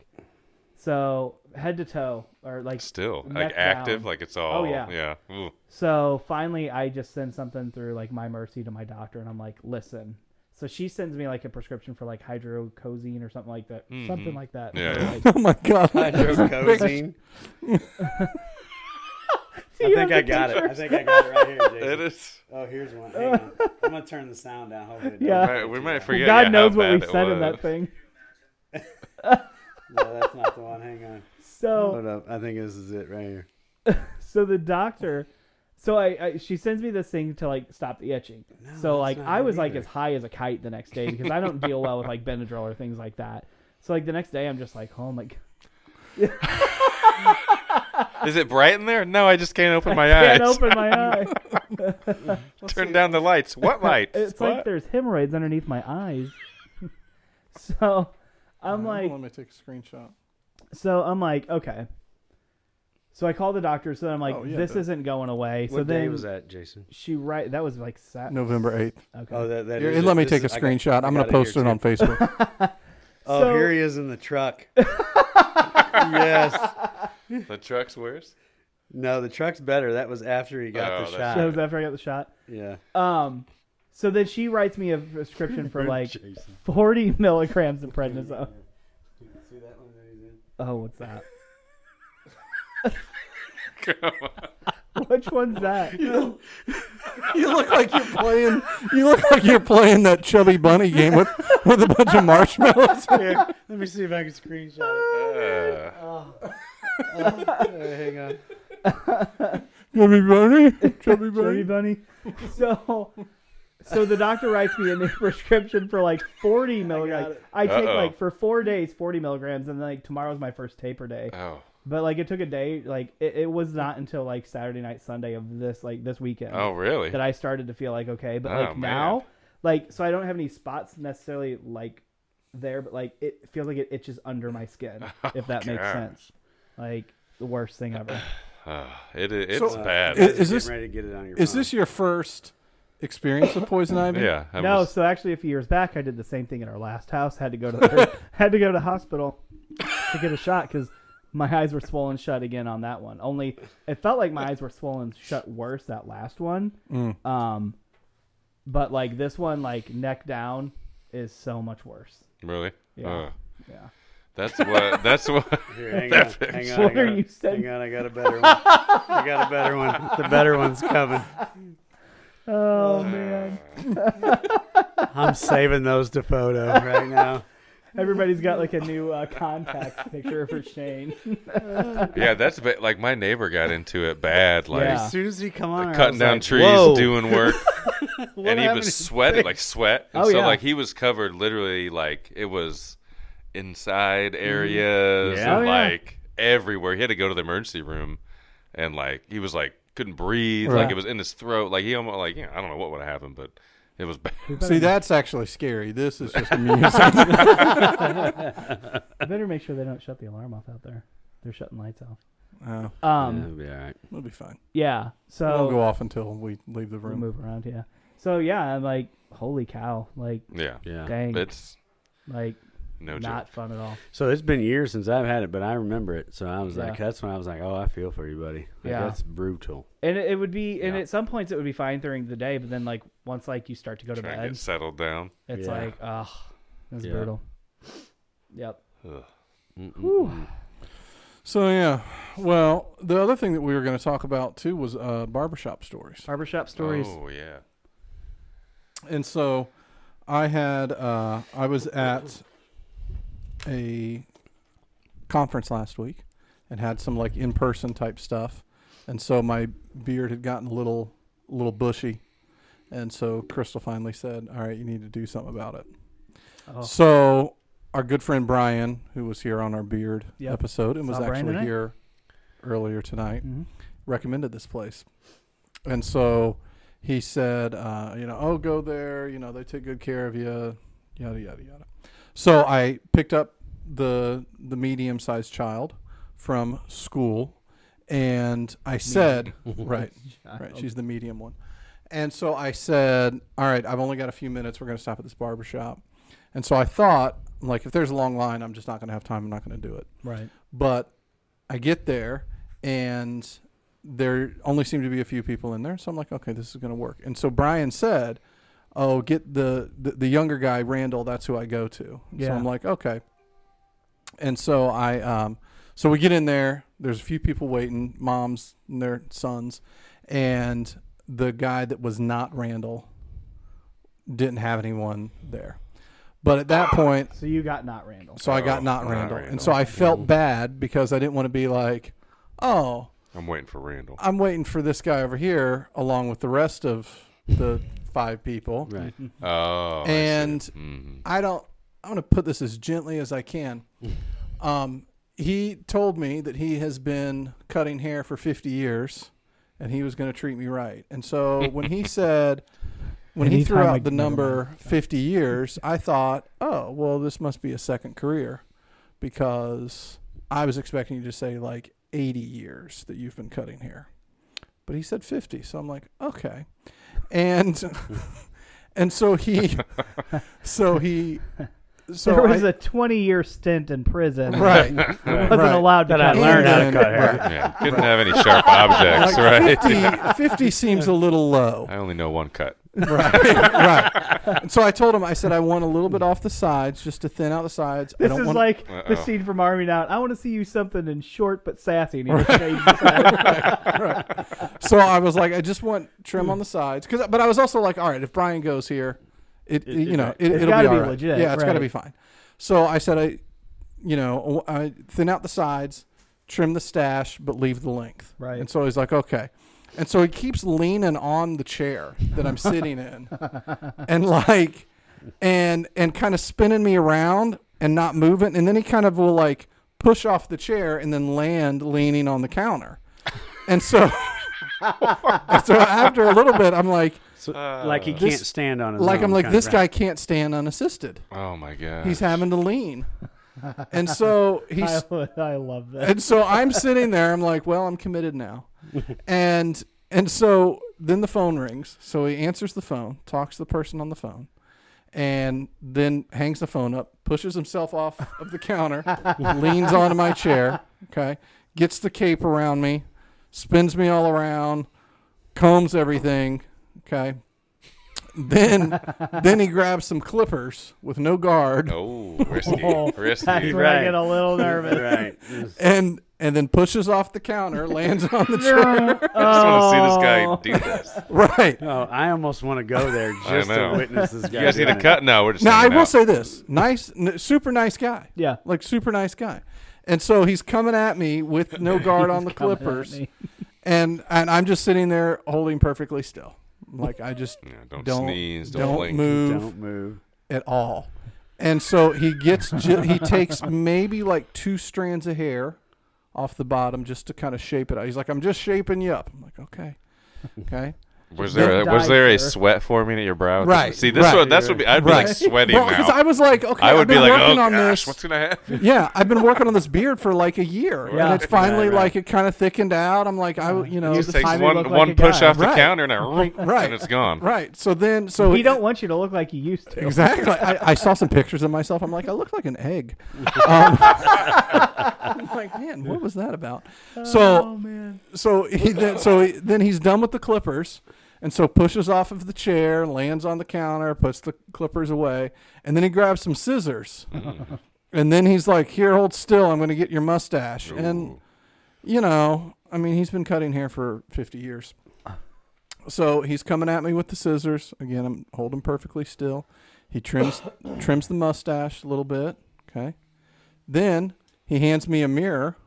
so head to toe, or like
still
neck
like active,
down.
like it's all.
Oh, yeah.
yeah. Ooh.
So finally, I just send something through like my mercy to my doctor, and I'm like, listen. So she sends me like a prescription for like hydrocozine or something like that, something like that.
Mm-hmm. Yeah,
And
yeah.
I'm
<laughs>
like,
<laughs>
oh my god.
<laughs>
Hydrocodone.
"Do
I
you
think I
have the
got it. I
picture?"
think I got it right
<laughs>
here. Jason.
<laughs>
It is.
Oh, here's one. Hang on. I'm gonna turn the sound down. Hopefully, it
Yeah.
doesn't
Right, we
get you
might
that.
forget.
God
yeah,
knows
how
what we
bad it
said in that
was.
thing.
No, that's not the one. Hang on.
So,
Hold up. I think this is it right here.
so the doctor, so I, I, she sends me this thing to like stop the itching. so
that's
like
not
I
it
was like
either.
as high as a kite the next day because I don't deal well with like Benadryl or things like that. So like the next day, I'm just like, oh my god.
Is it bright in there? No, I just can't open my eyes.
Can't
<laughs>
open my eye.
Turn down the lights.
<laughs>
What lights?
It's like
what?
there's hemorrhoids underneath my eyes. <laughs> so
Oh.
I'm like,
let me take a screenshot.
so I'm like, okay. So I call the doctor. So I'm like,
Oh, yeah,
this
the-
isn't going away. so
what
then
day was that, Jason?
she right. That was like sat.
November eighth.
Okay.
Oh, that, that
Here,
is
and
it.
let me
This
take a
is- I got-
screenshot.
I
I'm
got
gonna
it here,
post it,
too.
on Facebook.
Oh,
So-
here he
<laughs>
is in the truck. yes.
The truck's worse.
No, the truck's better. That was after he got
Oh,
the
that's
shot.
<laughs> That was after I got the shot.
Yeah.
Um, so then she writes me a
<laughs>
prescription for like 40 <laughs> milligrams of prednisone.
See that one that he's in?
Oh, what's that?
<laughs>
<laughs>
Come
<laughs>
on.
Which one's that?
You look like you're playing. You look like you're playing that chubby bunny game with with a bunch of marshmallows.
Here, let me see if I can screenshot it.
Uh,
Uh, hang on.
chubby bunny, chubby
Chubby
bunny.
bunny. So, so the doctor writes me a new <laughs> prescription for like 40 milligrams. I, take
Uh-oh.
like for four days 40 milligrams, and then like tomorrow's my first taper day.
oh,
But like it took a day. Like it, it was not until like Saturday night, Sunday of this like this weekend.
oh, really?
that I started to feel like okay, but
Oh,
like
man.
now, like so I don't have any spots necessarily like there, but like it feels like it itches under my skin, if that makes
gosh.
sense. Like the worst thing ever.
Uh, it, i- it's
So-
uh,
bad.
Is- is
Getting
this-
ready to get it on your
Is
phone.
this your first experience with poison ivy?
yeah. I
no,
was-
so actually a few years back, I did the same thing in our last house. Had to go to the, <laughs> had to go to the hospital to get a shot because my eyes were swollen shut again on that one. Only it felt like my eyes were swollen shut worse that last one. Um, but like this one, like neck down, is so much worse.
really?
Yeah.
Uh,
Yeah.
that's what. That's what. <laughs>
Here, hang on, hang on, I
What are
got a-
you saying?
Hang on, I got a better one. I got a better one. The better one's coming.
<laughs> Oh man.
<laughs> I'm saving those to photo right now.
Everybody's got like a new uh, contact picture for Shane.
Yeah, that's ba- like my neighbor got into it bad. Like
Yeah.
As soon as he come on, I
cutting
was
down
like,
trees,
Whoa,
doing work,
<laughs> what
and he
happened
was
to-
sweating like sweat. And
Oh,
so
yeah.
like he was covered literally like it was inside areas
Yeah.
Oh,
and
yeah.
like everywhere. He had to go to the emergency room, and like he was like couldn't breathe. Like
Right.
it was in his throat. Like he almost like you know, I don't know what would have happened, but it was bad. <laughs>
See, that's actually scary. This is just amusing.
I better make sure they don't shut the alarm off out there. They're shutting lights off.
oh,
Yeah,
Um,
it'll be all right.
we'll be fine.
yeah.
It won't go
So
off until we leave the
we'll
room.
move around. Yeah. So yeah, I'm like, holy cow! Like,
Yeah,
Yeah.
dang,
it's
like
no
not fun at all.
So it's been years since I've had it, but I remember it. So I was
Yeah.
like, that's when I was like, oh, I feel for you, buddy. Like,
Yeah.
That's brutal.
And it, it would be, and
Yeah.
at some points it would be fine during the day, but then like once like you start to go to
joke. Trying to
bed,
get settled down.
it's
Yeah.
like, ugh, it's
Yeah.
brutal. Yep.
Ugh.
Mm-mm-mm.
So yeah. Well, the other thing that we were going to talk about too was uh, barbershop stories.
Barbershop stories.
Oh yeah.
And so I had uh, I was at a conference last week and had some like in person type stuff. And so my beard had gotten a little little bushy. And so Crystal finally said, All right, you need to do something about it.
Oh.
So our good friend Brian, who was here on our beard
Yep.
episode and was
Saw Brian
actually
tonight.
here earlier tonight,
Mhm.
recommended this place. And so he said, uh, you know, oh, go there. You know, they take good care of you. Yada yada yada. So I picked up the the medium sized child from school, and I said, right, right, she's the medium one. And so I said, all right, I've only got a few minutes. We're going to stop at this barber shop. And so I thought, I'm like, if there's a long line, I'm just not going to have time. I'm not going to do it.
Right.
But I get there and there only seemed to be a few people in there. So I'm like, okay, this is going to work. And so Brian said, oh, get the, the, the younger guy, Randall. That's who I go to. So
Yeah.
I'm like, okay. And so I, um, so we get in there. There's a few people waiting, moms and their sons. And the guy that was not Randall didn't have anyone there. But at that point,
So you got not Randall.
so I got
Oh,
not
not
Randall. And
Randall.
so I felt bad because I didn't want to be like, oh,
I'm waiting for Randall.
I'm waiting for this guy over here along with the rest of the five people.
<laughs>
Right.
Oh,
and <laughs>
hmm
I don't, I'm going to put this as gently as I
<laughs>
can. um, he told me that he has been cutting hair for 50 years and he was going to treat me right. And so when
<laughs>
he said, when he threw
Anytime I-
out the
never mind.
number 50 years, I thought, oh, well, this must be a second career because I was expecting you to say like 80 years that you've been cutting hair. But he said 50. So I'm like, okay.
<laughs>
And and so he so he so
there was
I-
a 20 year stint in prison.
<laughs> right.
I <laughs> wasn't
Right.
allowed to
That I
cut
learned how to
And-
cut hair.
Yeah, couldn't have any sharp objects,
Like,
right?
50, 50 seems a little low.
I only know one cut.
Right. <laughs> right. And so I told him, I said, I want a little bit off the sides just to thin out the sides. I
<laughs> This
don't
is
want
like
Uh-oh.
the scene from Army Now. I want to see you something in short but sassy. And he just shaved his head.
so I was like, I just want trim on the sides. Cause, but I was also like, all right, if Brian goes here, it, you know, it, it'll
gotta
be,
be
all right.
legit,
Yeah, it's got to
right.
be fine. So I said, I, you know, I thin out the sides, trim the stash, but leave the length.
Right.
And so he's like, okay. And so he keeps leaning on the chair that I'm sitting
<laughs>
in, and like, and and kind of spinning me around and not moving. And then he kind of will like push off the chair and then land leaning on the counter. And so, <laughs> and so after a little bit, I'm like,
So,
Uh,
like he can't stand on his
like
own
I'm like
kind of
this
rap.
guy can't stand unassisted.
Oh my god.
He's having to lean, and so
<laughs> I,
he's
would- I love that.
and so I'm sitting there. I'm like, well, I'm committed now, and and so then the phone rings. So he answers the phone, talks to the person on the phone, and then hangs the phone up, pushes himself off of the counter, leans onto my chair. Okay, gets the cape around me, spins me all around, combs everything. Okay. Then, then he grabs some clippers with no guard, <laughs>
Oh, risky,
Oh, That's
risky.
where I
Right.
get a little nervous.
<laughs>
right.
and and then pushes off the counter, lands on the chair.
I <laughs> just
Oh.
Oh.
want to see this guy do this.
Right.
Oh, I almost want to go
<laughs>
there just to
know.
witness this guy.
You guys need
doing
a
it.
cut? No, we're just.
Now I
hanging
will
out.
say this: nice, n- super nice guy.
Yeah.
like super nice guy. And so he's coming at me with
<laughs>
no guard on the clippers,
me.
and and I'm just sitting there holding perfectly still, like I
<laughs>
just
Yeah, don't,
don't
sneeze. Don't,
don't
blink.
move
Don't move.
Oh,
at all. And so he gets ju- he takes maybe like two strands of hair off the bottom just to kind of shape it out. He's like, I'm just shaping you up. I'm like,
<laughs>
okay, okay.
Was
Don't
there a, was
die,
there a
sir.
sweat forming at your brow?
Right,
See, this
right.
one, that's what be, I'd be like
Right.
sweating
Well, 'cause
now.
I was like, okay,
I
I've
would be
been
like,
working
oh
on
gosh,
this.
what's gonna happen?
yeah, I've been working on this beard for like a year, and
Yeah.
it's finally
Yeah, right.
like it kind of thickened out. I'm like, I, w- you know,
Just
this-
takes
time you
one
look like
one
a
push
guy.
off the
Right.
counter and I,
Right.
<laughs> and it's gone.
right. So then, so
We don't want you to look like you used to.
<laughs>
exactly. I, I saw some pictures of myself. I'm like, I look like an
<laughs>
egg. Um, I'm like, man, what was that about? So,
man.
so he then, so he, then he's done with the clippers, and so pushes off of the chair, lands on the counter, puts the clippers away, and then he grabs some
<laughs>
scissors, and then he's like, here, hold still. I'm going to get your mustache, and. you know, I mean, he's been cutting hair for 50 years. So he's coming at me with the scissors. Again, I'm holding perfectly still. He
<coughs>
trims trims the mustache a little bit, okay? Then he hands me a mirror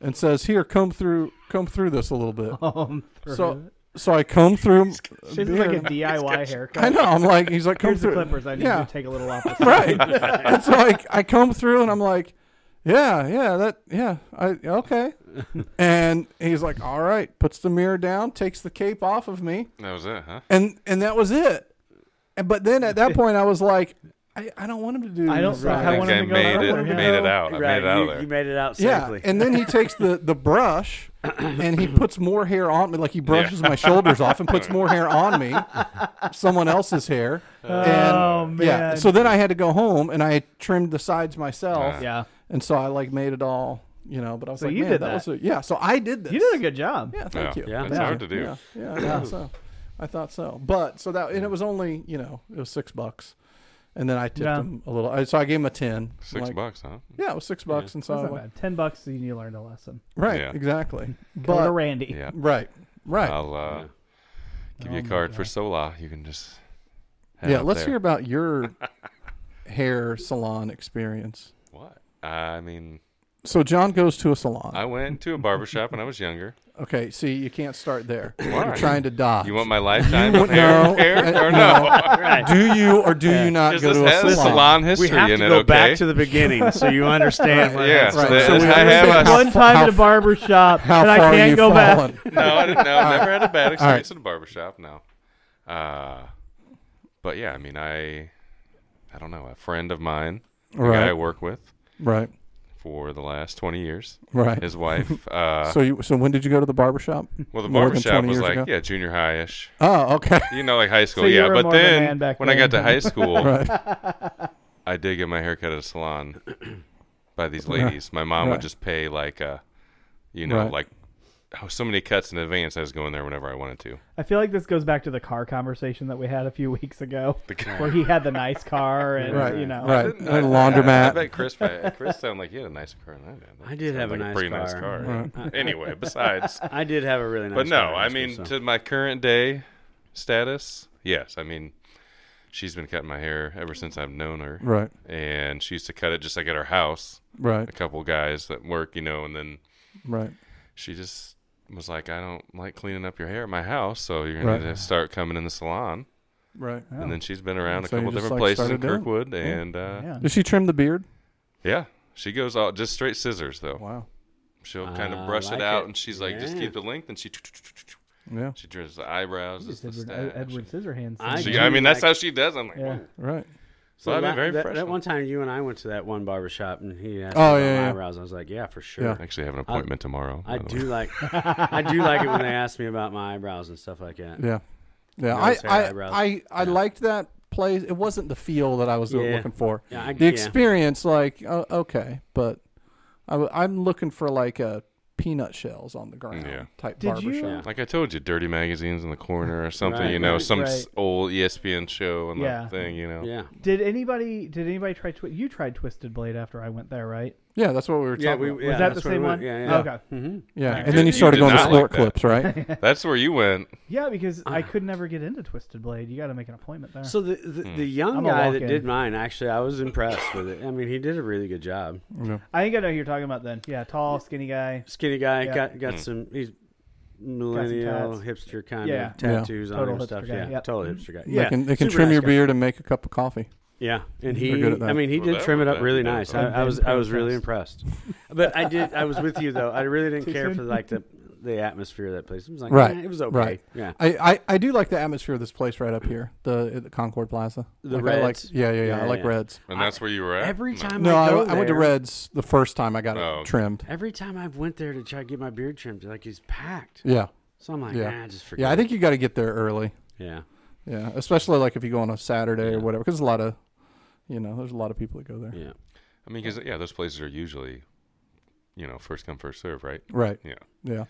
and says, "Here, comb through comb through this a little bit."
Um,
So so I comb
<laughs>
through
this is like a DIY
I
haircut.
know. I'm like he's like comb
Here's the
through
clippers. I need
yeah
you to take a little off.
<laughs>
The side.
right. and so like I come through and I'm like, yeah, yeah, that, yeah, I okay. and he's like, all right, puts the mirror down, takes the cape off of me,
That was it, huh?
and and that was it. And but then at
<laughs>
that point I was like, I, I don't want him to do.
I don't-
this.
I
I
want
think
him to
I
go
made
further,
it.
yeah.
Made it out. I
Right,
made it out
you,
of there.
you made it out
Yeah,
safely.
and then he takes the
<laughs>
the brush, and he puts more hair on me. Like he brushes my shoulders off and puts more hair on me, someone else's hair.
Oh,
and, Yeah.
man.
So then I had to go home, and I trimmed the sides myself.
Yeah.
And so I like made it all, you know. But I was
So
like,
you
man,
did
that,
that.
was a, yeah. So I did this.
You did a good job.
Yeah, thank
Yeah,
you.
yeah, it's
Thank
hard
you.
to do.
Yeah, yeah, I thought so. I thought so. But so that and it was only you know it was six bucks, and then I tipped
Yeah.
him a little. I- So I gave him a ten.
Six
like,
bucks, huh?
Yeah, it was six bucks, and so I
That's not
went,
bad. Ten bucks, and you learned a lesson.
right,
Yeah.
<laughs>
exactly.
Go to
But
Randy.
Yeah.
right, right.
I'll uh, give you
Oh
a card for Sola. You can just. have
yeah,
it
let's
there.
hear about your hair salon experience.
What? I mean,
So John goes to a salon.
I went to a barbershop when I
<laughs>
was younger.
okay, see, you can't start there. You're
Why?
trying to dodge.
You want my lifetime of
<laughs>
hair,
no,
hair
uh, <laughs>
or no?
do you or do you not
Does
go
this
to a
have
salon?
salon,
we
history
have to
in it?
go
okay.
back to the beginning so
<laughs>
you understand. what
yeah,
happened.
Right.
the-
So we
I have
understand
a
how
One
fa-
time
how
at a
f-
barber shop,
How
and I
far
can't
you
go
fallen?
<laughs> back.
<laughs> No, I didn't know. I've
<laughs>
never had a bad
right.
experience at a barbershop. No. Uh, but yeah, I mean, I, I don't know. A friend of mine, the
Right.
guy I work with
Right,
for the last 20 years,
right. <laughs>
his wife. Uh,
so you, so when did you go to the barber shop?
well, the
more than
barbershop
20
was
years
like,
ago?
yeah, junior high ish.
Oh, okay.
You know, like high school.
you
yeah.
were
But
more of a man
then
back
when I got to
then.
high school,
Right.
I I did get my haircut at a salon by
<laughs>
these ladies. My mom would
Right.
just pay like, uh, you know,
Right.
like oh, so many cuts in advance. I was going there whenever I wanted to. <laughs>
I feel like this goes back to the car conversation that we had a few <laughs> weeks ago, where he had the nice car and
Right,
you know.
right.
Didn't-
A laundromat.
I, bet Chris. Chris sounded like he had a nicer car than I did.
I did
Sounded
have a nice
pretty nice
car.
car. <laughs> anyway, besides,
I did have a really nice.
but no,
car
I
last year,
mean
so-
to my current day status, yes. I mean, she's been cutting my hair ever since I've known her,
Right.
and she used to cut it just like at her house.
Right.
A couple guys that work, you know, and then
Right.
she just was like, "I don't like cleaning up your hair at my house, so you're gonna
Right.
need to start coming in the salon."
Right.
Oh.
And then she's been around a
So you
couple
just,
different
like,
places in
started doing it?
Kirkwood, and uh, yeah.
Yeah.
Does she trim the beard?
she goes all just straight scissors though.
Wow.
She'll kind
I
of brush
like
it out,
it.
and she's like, "Just
Yeah.
keep the length." And she
Yeah.
she draws the eyebrows, just the
Edward,
stash.
Edward Scissorhands.
I
She-
do
I mean, that's
like-
how she does. I'm like,
Yeah.
"Whoa."
Right.
So
Well, I've been
that,
very
that-
fresh
that
with
one time you and I went to that one barber shop and he asked
Oh,
me about
yeah,
my
yeah.
eyebrows. I was like, yeah, for sure.
Yeah.
I actually have an appointment tomorrow.
I
by the
do
way. <laughs>
like I do like it when they ask me about my eyebrows and stuff like that.
Yeah. Yeah. I
Nose hair,
I,
eyebrows.
I, I
Yeah.
liked that place. It wasn't the feel that I was uh,
Yeah.
looking for.
Yeah, I,
The
yeah.
experience, like, uh, okay, but I, am looking for like a peanut shells on the ground
Yeah.
type
Did
barbershop.
you-
Yeah.
Like I told you, dirty magazines in the corner or something.
Right,
you know,
right,
some s-
right.
old ESPN show and
Yeah.
that thing. You know,
yeah,
Did anybody? Did anybody try? Twi- you tried Twisted Blade after I went there, right?
Yeah, that's what we were talking
yeah. We,
about.
yeah,
Was that the
that's where
same
we
one?
went. Yeah, yeah.
Okay.
hmm
Yeah,
You
and
did-
then you
you
started
did
going to
not
Snort
like that.
Clips, right?
that's where you went.
Yeah, because I could never get into Twisted Blade. You got to make an appointment there.
So the the,
Hmm.
the young
I'm a
guy
walk-in.
that did mine, actually, I was impressed with it. I mean, he did a really good job.
I think I know who you're talking about then. Yeah, tall, skinny guy.
Skinny guy
Yeah.
got
Hmm.
got some. He's millennial
tats.
hipster kind
Yeah.
of tattoos on
Total
him
hipster
and stuff.
guy,
Yeah,
yep. Mm-hmm.
total hipster guy.
they
Yeah,
can, they can
super
trim
nice
your
guy.
beard and make a cup of coffee.
Yeah, and
They're
he,
good at that.
I mean, he
Well,
did
that
trim
would-
it up
that-
really
that
nice.
would-
I, I was, I was really impressed. But I did, I was with you though. I really
<laughs>
didn't
Too
care
soon?
for like the the atmosphere of that place. It was like,
Right,
eh, it was okay.
right.
Yeah,
I, I, I do like the atmosphere of this place right up here, the, the Concord Plaza.
The
Like, I like-
Reds.
yeah, yeah, yeah, I
Yeah,
like
yeah.
Reds.
And that's where you were at.
every
No.
time
No,
I,
I,
go
I went to
there-
Reds the first time I got
Oh,
it
okay.
trimmed.
Every time I went there to try to get my beard trimmed, like he's packed.
Yeah,
So I'm like,
Yeah.
nah, just forget.
yeah. I
it."
think you got to get there early.
Yeah,
Yeah, especially like if you go on a Saturday
Yeah.
or whatever, because a lot of, you know, there's a lot of people that go there.
yeah.
I mean, because yeah, those places are usually, you know, first come first serve, right?
Right.
Yeah.
Yeah.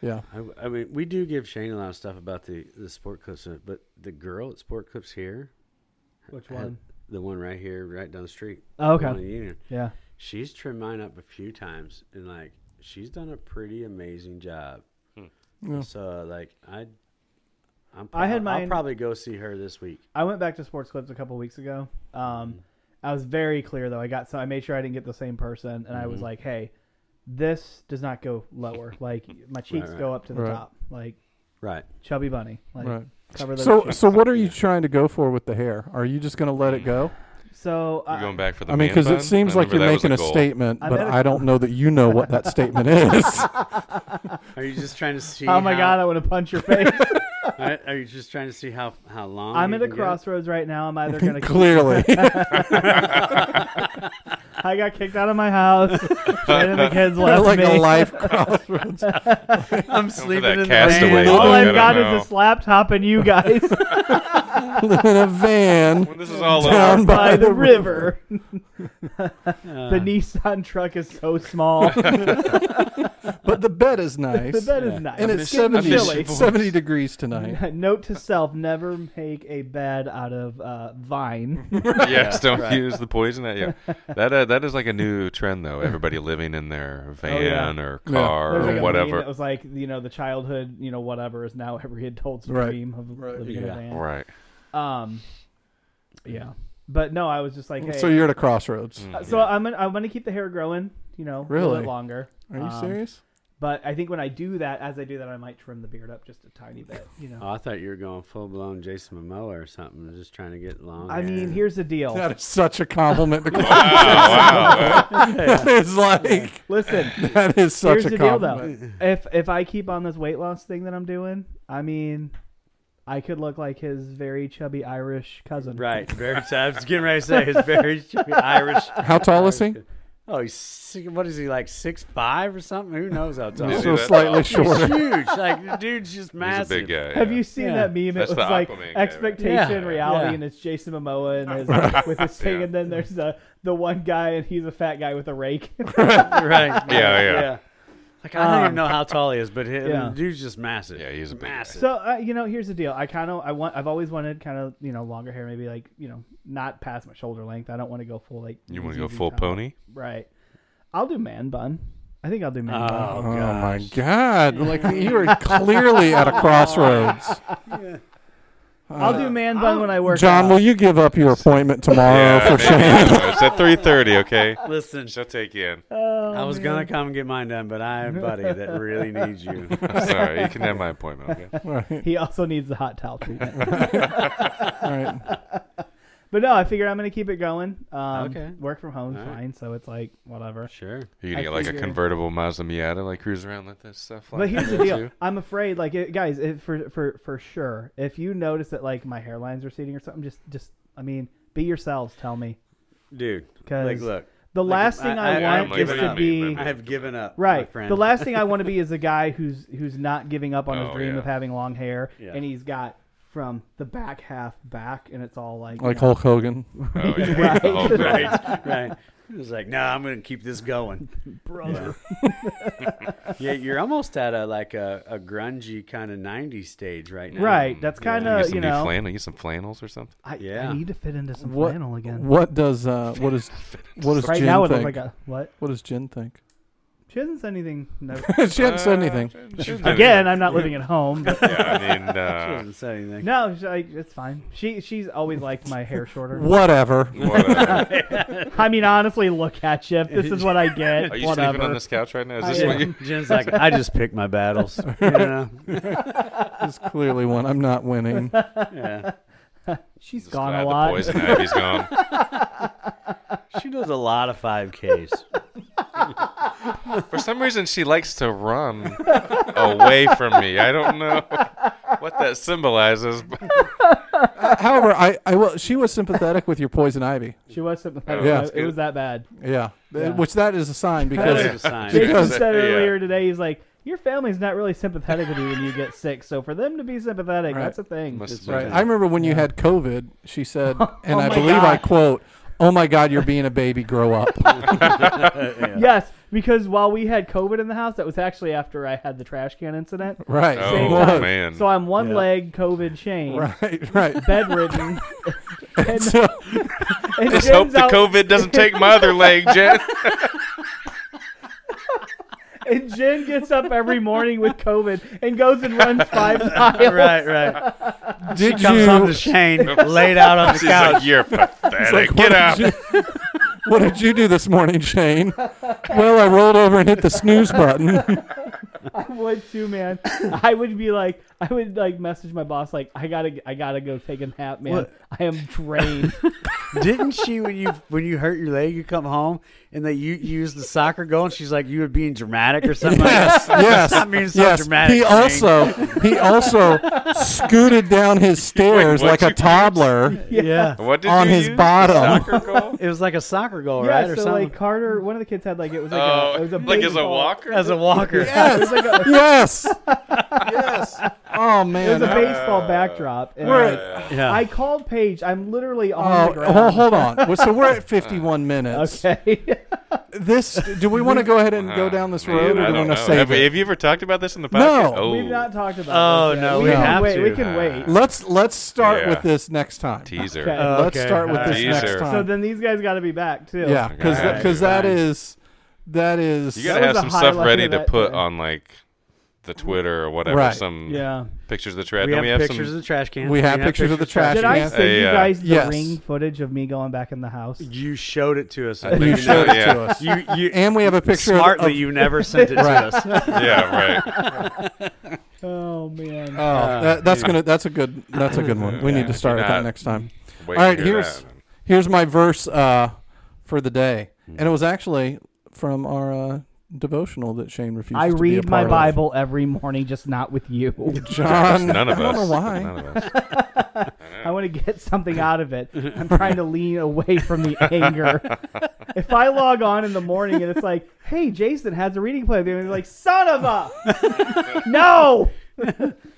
Yeah.
I, I mean, we do give Shane a lot of stuff about the the sport clips, uh, but the girl at Sport Clips here,
Which
had-
one?
the one right here, right down the street.
Oh,
the one
okay.
in Union.
Yeah.
She's trimmed mine up a few times, and like she's done a pretty amazing job.
Hmm.
Yeah.
So like I, I'm
I had
prob- I'll
mine-
probably go see her this week.
I went back to Sports Clips a couple weeks ago. Um, I was very clear though. I got so I made sure I didn't get the same person, and I
Mm-hmm.
was like, "Hey, this does not go lower. Like my cheeks
right.
go up to the
Right.
top. Like
Right.
chubby bunny. Like
Right.
cover those."
So,
cheeks.
so what are you trying to go for with the hair? Are you just going to let it go?
so uh,
You're going
I,
back for the.
I mean,
man
because
bun?
it seems
I
like you're
remember that was
making a,
goal.
statement,
I'm
but
at a-
I don't know that you know what that statement
<laughs>
is.
Are you just trying to see?
oh my
<laughs>
god, I
how-
want to punch your face.
Are, are you just trying to see how how long?
I'm
you
at a
can get it?
crossroads right now. I'm either
<laughs>
gonna <laughs>
Clearly,
I got kicked out of my house. Shane and the kids left
like
me.
a
<laughs>
life crossroads.
I'm
Come for
sleeping
that
in the
castaway.
van.
look.
All
I
I've
don't
got
know.
is this laptop and you guys
in a van
<laughs> When this is all
down
<laughs> over,
by,
by the river.
Uh,
<laughs> The Nissan truck is so small.
But the bed is nice,
<laughs> The bed
Yeah.
is nice.
and it's
getting
70, <laughs>
<laughs>
chilly.
70 degrees tonight.
Note to self: never make a bed out of uh,
<laughs>
vine. <laughs>
yes, don't use the poison. That yeah, that uh, that is like a new trend though. Everybody living in their van or
Yeah.
car
There's like a
or
meme
whatever.
that was like you know the childhood you know whatever is now every adult's
Right.
dream of
Right.
living
Yeah.
in a
Right.
van. Um, yeah, but no, I was just <laughs> like, hey,
So you're at a crossroads.
Mm. Mm-hmm.
uh, so I'm gonna I'm gonna keep the hair growing, you know, a little
Really?
bit longer.
Are you
Um,
serious?
But I think when I do that, as I do that, I might trim the beard up just a tiny bit, you know.
Oh, I thought you were going full blown Jason Momoa or something, just trying to get long. hair.
I mean, here's the deal.
That is such a compliment.
<laughs>
To
wow.
<laughs> that is like <laughs>
Listen,
that is such
Here's
a
the deal, though.
compliment.
if if I keep on this weight loss thing that I'm doing, I mean, I could look like his very chubby Irish cousin. <laughs>
right. Very. I was getting ready to say it's very Irish.
How tall is he?
Oh, he's si- what is he like six five or something? Who knows how tall?
Dude,
he
So
is.
that's
slightly
<laughs> Oh,
awesome.
He's
shorter.
huge. Like the dude's just
He's a
massive.
big guy.
Have
yeah.
you seen
Yeah.
that meme?
That's
it was
the
like
Aquaman guy, right?
expectation,
Yeah.
reality,
Yeah.
and it's Jason Momoa
<laughs>
and his, with his thing,
Yeah.
and then there's the the one guy, and he's a fat guy with a rake.
<laughs>
<laughs>
right?
<laughs> Yeah, yeah.
Like I don't
Um,
even know how tall he is, but he,
yeah.
the dude's just massive.
Yeah, he's a big guy.
massive.
so uh, you know, here's the deal. I kind of I want I've always wanted kind of you know longer hair, maybe like you know not past my shoulder length. I don't want to go full like
You want to go
ZZ
full
top.
pony?
right? I'll do man bun. I think I'll do man bun.
Oh my god! Like you
<laughs>
are clearly at a crossroads. Uh,
I'll do man bun when I work.
John,
out.
will you give up your appointment
<laughs>
tomorrow
<laughs> Yeah,
Oh, for
maybe.
shame?
it's at three thirty. Okay,
<laughs> Listen,
she'll take you in.
Oh,
I was gonna come and get mine done, but I have a buddy that really needs
<laughs>
you.
I'm sorry, you can have my appointment. Okay?
Right,
He also needs the hot towel treatment. <laughs>
right.
But no, I figure I'm gonna keep it going. Um,
Okay.
Work from home's
All right.
fine, so it's like whatever.
Sure.
You gonna
I
get like a
figure-
convertible Mazda Miata, like cruise around with this stuff. Like
But here's the
that,
deal:
too?
I'm afraid, like it, guys, it, for for for sure, if you notice that like my hairline's receding or something, just just I mean, be yourselves. Tell me,
Dude,
'Cause
like, look,
the
Like,
last thing
I-
I,
I-
want
I'm
is
leaving
to
it.
be
I have given up. my
<laughs> right.
friend. <laughs>
The last thing I want to be is a guy who's who's not giving up on his
Oh,
dream
yeah.
of having long hair,
Yeah.
and he's got from the back half back, and it's all like
Like Hulk Hogan.
<laughs> Oh, yeah.
<laughs> Right.
Oh, right.
right. It was like, no, I'm gonna keep this going.
<laughs> brother. <laughs>
Yeah, you're almost at a like a, a grungy kind of '90s stage right now.
Right. That's kind
you, get
of
some
you
new
know.
flannel. You get some flannels or something.
I, I
Yeah.
need to fit into some
What-
flannel again.
What does uh, what is what does
right
Jen
now it looks
think?
like a what?
what does
<laughs>
Jen think?
She hasn't said anything. No.
she hadn't said
Uh,
anything.
she- she-
Again, I'm not living at home. But
Yeah, I mean,
<laughs>
She
uh,
doesn't say anything.
no, she's like, it's fine. She she's always liked my hair
<laughs>
shorter.
Whatever.
<laughs> whatever.
I mean, honestly, look at you. If This is what I get.
<laughs> Are you sleeping on
whatever.
this couch right now? Is
I
this
am.
what you?
<laughs>
Jen's like, I just pick my battles. You know?
There's clearly one. I'm not winning.
Yeah.
She's
Just
gone
glad
a
The
lot.
poison ivy's gone.
She does a lot of 5Ks.
<laughs>
For some reason, she likes to run away from me. I don't know <laughs> what that symbolizes. but-
However, I, I will. She was sympathetic with your poison ivy.
<laughs> She was something.
Oh,
Like
Yeah.
It was that
<laughs>
bad.
Yeah. Uh,
Yeah.
which that is a sign
That
because
is a sign.
Yeah.
Jason said
Yeah.
earlier today, he's like, your family's not really sympathetic with you when you get sick. So for them to be sympathetic,
Right.
that's a thing.
Must have
right.
been-
I remember when you had COVID. She
<laughs>
said, and
Oh
I
my
believe I
God.
quote, "Oh my God, you're being a baby. Grow up."
Yes, because while we had COVID in the house, that was actually after I had the trash can incident.
right.
Oh
Same
Look.
time.
man!
So I'm one
Yeah.
leg COVID Shane,
Right. Right.
bedridden. <laughs>
<laughs>
and,
So
and
Just hope
Jen's
the
out-
COVID doesn't take my other leg,
<laughs>
Jen.
And Jen gets up every morning with COVID and goes and runs five miles.
<laughs> <laughs> right, right.
did
Comes
you?
on the chain, laid out on the
She's like,
couch.
"You're pathetic. Get
what
out."
did you- <laughs> what did you do this morning, Shane? Well, I rolled over and hit the snooze button.
I would too, man. I would be like, I would like message my boss like, I gotta, I gotta go take a nap, man.
What?
I am
<laughs>
drained.
Didn't she when you when you hurt your leg, you come home and that you you used the soccer goal, and she's like, you were being dramatic or something.
Yes,
like that. <laughs>
yes,
Stop being so
<laughs> yes.
dramatic.
He
Shane.
also he also scooted down his stairs
Wait,
like a
what'd you-
toddler.
<laughs> yeah.
What did
On
you
his
use?
bottom.
Soccer
<laughs>
goal?
It was like a soccer goal,
yeah,
right,
so
or something,
like Carter, one of the kids had like it was like
Oh,
a, it was a
like
big
as a
ball.
walker? Oh,
as a walker.
Yes, yes, yes. Oh
It was
man.
a baseball backdrop. And
We're
like,
at,
Yeah.
I called Paige. I'm literally on
oh,
the ground.
well, hold on. Well, So we're at 51 minutes.
Okay. <laughs>
This. Do we want to go ahead and go
Ah,
down this
man,
road, or do
I
we
don't
want to
know.
save
have, we-
it?
have you ever talked about this in the
No.
podcast? Oh,
We've not talked about.
Oh,
this yet.
no, we
can
have
wait.
to.
We
Ah.
can wait.
Let's let's start
Yeah.
with this next time.
teaser.
Okay.
Uh,
Let's
Okay,
start with
all
this
right.
next
Teaser.
time.
So then these guys got to be back too.
yeah, because
Okay.
because that is that is
You gotta
That
have
was
some
a
stuff
highlight
ready
of
to
that
put
day.
on like the Twitter or whatever.
Right.
Some
Yeah.
pictures of the trash.
we
Don't
have,
we have
pictures of
some?
the trash can.
We have pictures of the trash
Did
can.
I send you
Yeah.
guys the
Yes.
ring footage of me going back in the house?
You showed it to us.
think
you
so,
showed it
yeah.
to us.
You, you
And we have a picture of-
Smartly,
of-
you never sent it to
Right.
us.
<laughs> yeah, right.
Oh man.
Oh, that, that's gonna that's a good that's a good one. We need to start with that
Not-
next time.
Wait
All right,
to hear
here's
that.
here's my verse uh, for the day,
Hmm.
and it was actually from our uh, devotional that Shane refused.
I
to be a
read my
part of.
Bible every morning, just not with you. <laughs>
John.
None of
I don't
us.
know why.
None of us.
<laughs>
I want to get something out of it. I'm trying to lean away from the anger. if I log on in the morning and it's like, hey, Jason has a reading plan, they're like, son of a, <laughs> no.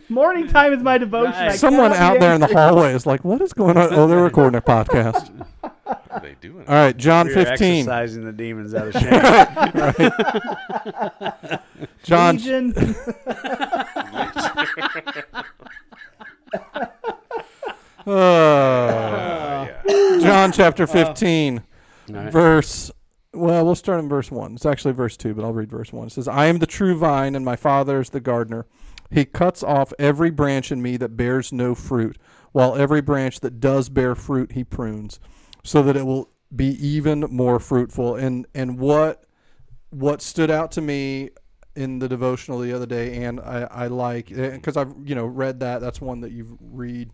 morning time is my devotion. I
Someone
cannot be
out there in the
angry.
hallway is like, "What is going on?" Oh, they're recording a podcast.
What are they doing?
All right, John
You're
fifteen.
exercising the demons out of shame.
John <laughs>
Legion.
uh,
Uh, yeah.
John chapter fifteen,
right.
verse. Well, we'll start in verse one. It's actually verse two, but I'll read verse one. It says, "I am the true vine, and my Father is the gardener. He cuts off every branch in me that bears no fruit, while every branch that does bear fruit, he prunes, so that it will be even more fruitful." And and what what stood out to me in the devotional the other day, and I, I like because I've you know read that. That's one that you read.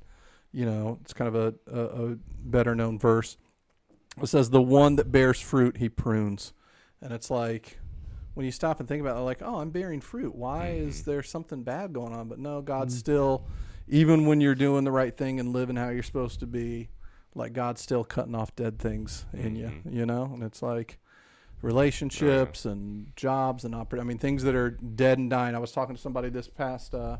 You know, it's kind of a, a, a better known verse. It says, "The one that bears fruit, he prunes," and it's like when you stop and think about it, like, "Oh, I'm bearing fruit. Why is there something bad going on?" But no, God still, even when you're doing the right thing and living how you're supposed to be, like God's still cutting off dead things in you. You know, and it's like relationships and jobs and oper- I mean things that are dead and dying. I was talking to somebody this past uh,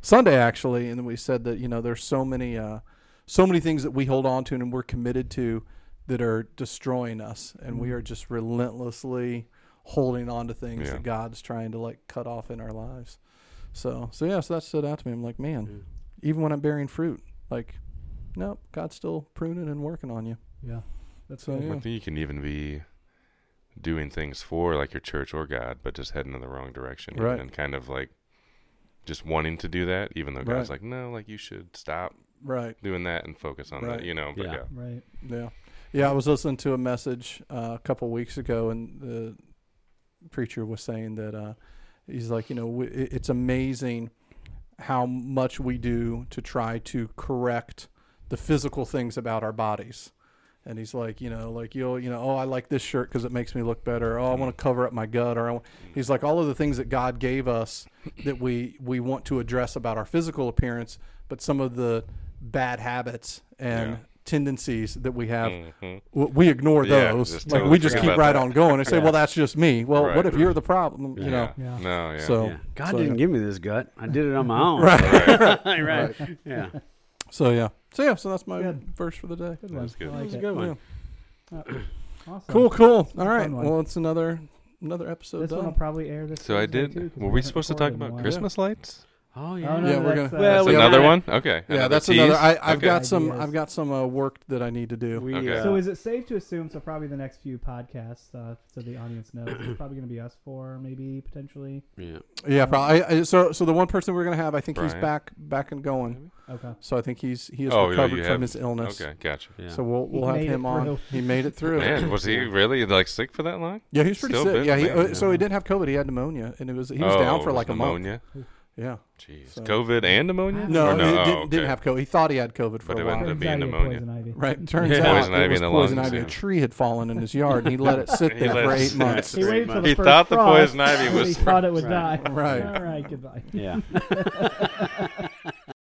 Sunday actually, and we said that you know there's so many uh, so many things that we hold on to and we're committed to that are destroying us, and we are just relentlessly holding on to things
Yeah.
that God's trying to like cut off in our lives. So so yeah, so that stood out to me. I'm like, man, even when I'm bearing fruit, like. Nope, God's still pruning and working on you.
yeah, that's
So
I
yeah.
think you can even be doing things for like your church or God, but just heading in the wrong direction, even,
Right.
and kind of like just wanting to do that, even though God's like, no, like you should stop
right.
doing that and focus on
Right.
that, you know. But
Yeah.
yeah,
right.
Yeah, yeah. I was listening to a message uh, a couple weeks ago, and the preacher was saying that uh, he's like, you know, we, it- it's amazing how much we do to try to correct the physical things about our bodies. And he's like, you know, like you'll, you know, oh, I like this shirt because it makes me look better. Oh, I want to cover up my gut. Or I want, he's like, all of the things that God gave us that we we want to address about our physical appearance, but some of the bad habits and
Yeah.
tendencies that we have,
Mm-hmm.
w- we ignore
Mm. Yeah,
those.
just
like
totally
we just
forget
keep
about
right
that.
on going and say, well, that's just me. Well,
Right.
what if you're the problem? You know.
Yeah.
Yeah. no, yeah,
So
Yeah. God
so,
didn't
yeah.
give me this gut. I did it on my own. right. <laughs> right. Yeah.
So yeah. So yeah. So that's my
Good.
verse for the day.
that's good.
I like Uh,
That's a
it.
good one.
Yeah.
Awesome.
Cool. Cool. All
a
right.
fun one.
Well, it's another another episode
This one will
done.
probably air this.
So I
Thursday, too,
did.
'cause
Were
we
we
haven't
supposed to talk
recorded in a
about
while.
Christmas lights?
Oh,
Oh,
yeah.
no,
Yeah, we're
that's,
gonna-
uh,
Well,
That's
we
another
gotta-
one. Okay,
Yeah,
another
that's another.
tease?
I, I've
Okay.
got some.
Ideas.
I've got some uh, work that I need to do.
We,
Okay.
uh,
So is it safe to assume? So probably the next few podcasts, uh, so the audience knows, it's probably going to be us four, maybe potentially.
yeah.
Yeah, probably. I, I, so, so the one person we're gonna have, I think he's
Brian?
back, back and going.
Okay.
So I think he's he has
Oh, yeah,
recovered
you
from
have-
his illness.
Okay, gotcha.
Yeah.
So we'll we'll have
made it
him on.
through.
He made it through.
Man, was he really like sick for that long?
yeah, he was pretty
Still
sick.
been-
yeah, he,
man,
uh,
yeah.
so he didn't have COVID. He had pneumonia, and it was he was
oh,
down for
it was
like a month.
pneumonia.
Yeah.
Jeez,
So-
COVID and pneumonia?
No,
Or
he
Oh,
didn't, didn't
okay.
have COVID. He thought he had COVID for
But
a
it
while.
ended up
Turns
being
out you had
pneumonia.
poison ivy.
<laughs>
<laughs>
Right. Turns
Yeah.
out
Poison
it
ivy
was
in the
poison
lungs,
ivy. A
yeah.
tree had fallen in his yard, and he let it sit
<laughs> He
there
let
for
it
eight
sit.
months.
He waited till the
He
first
thought
<laughs>
the
frost,
poison ivy
and
was
He thought it would
Right.
die.
Right.
All right. Goodbye.
Yeah.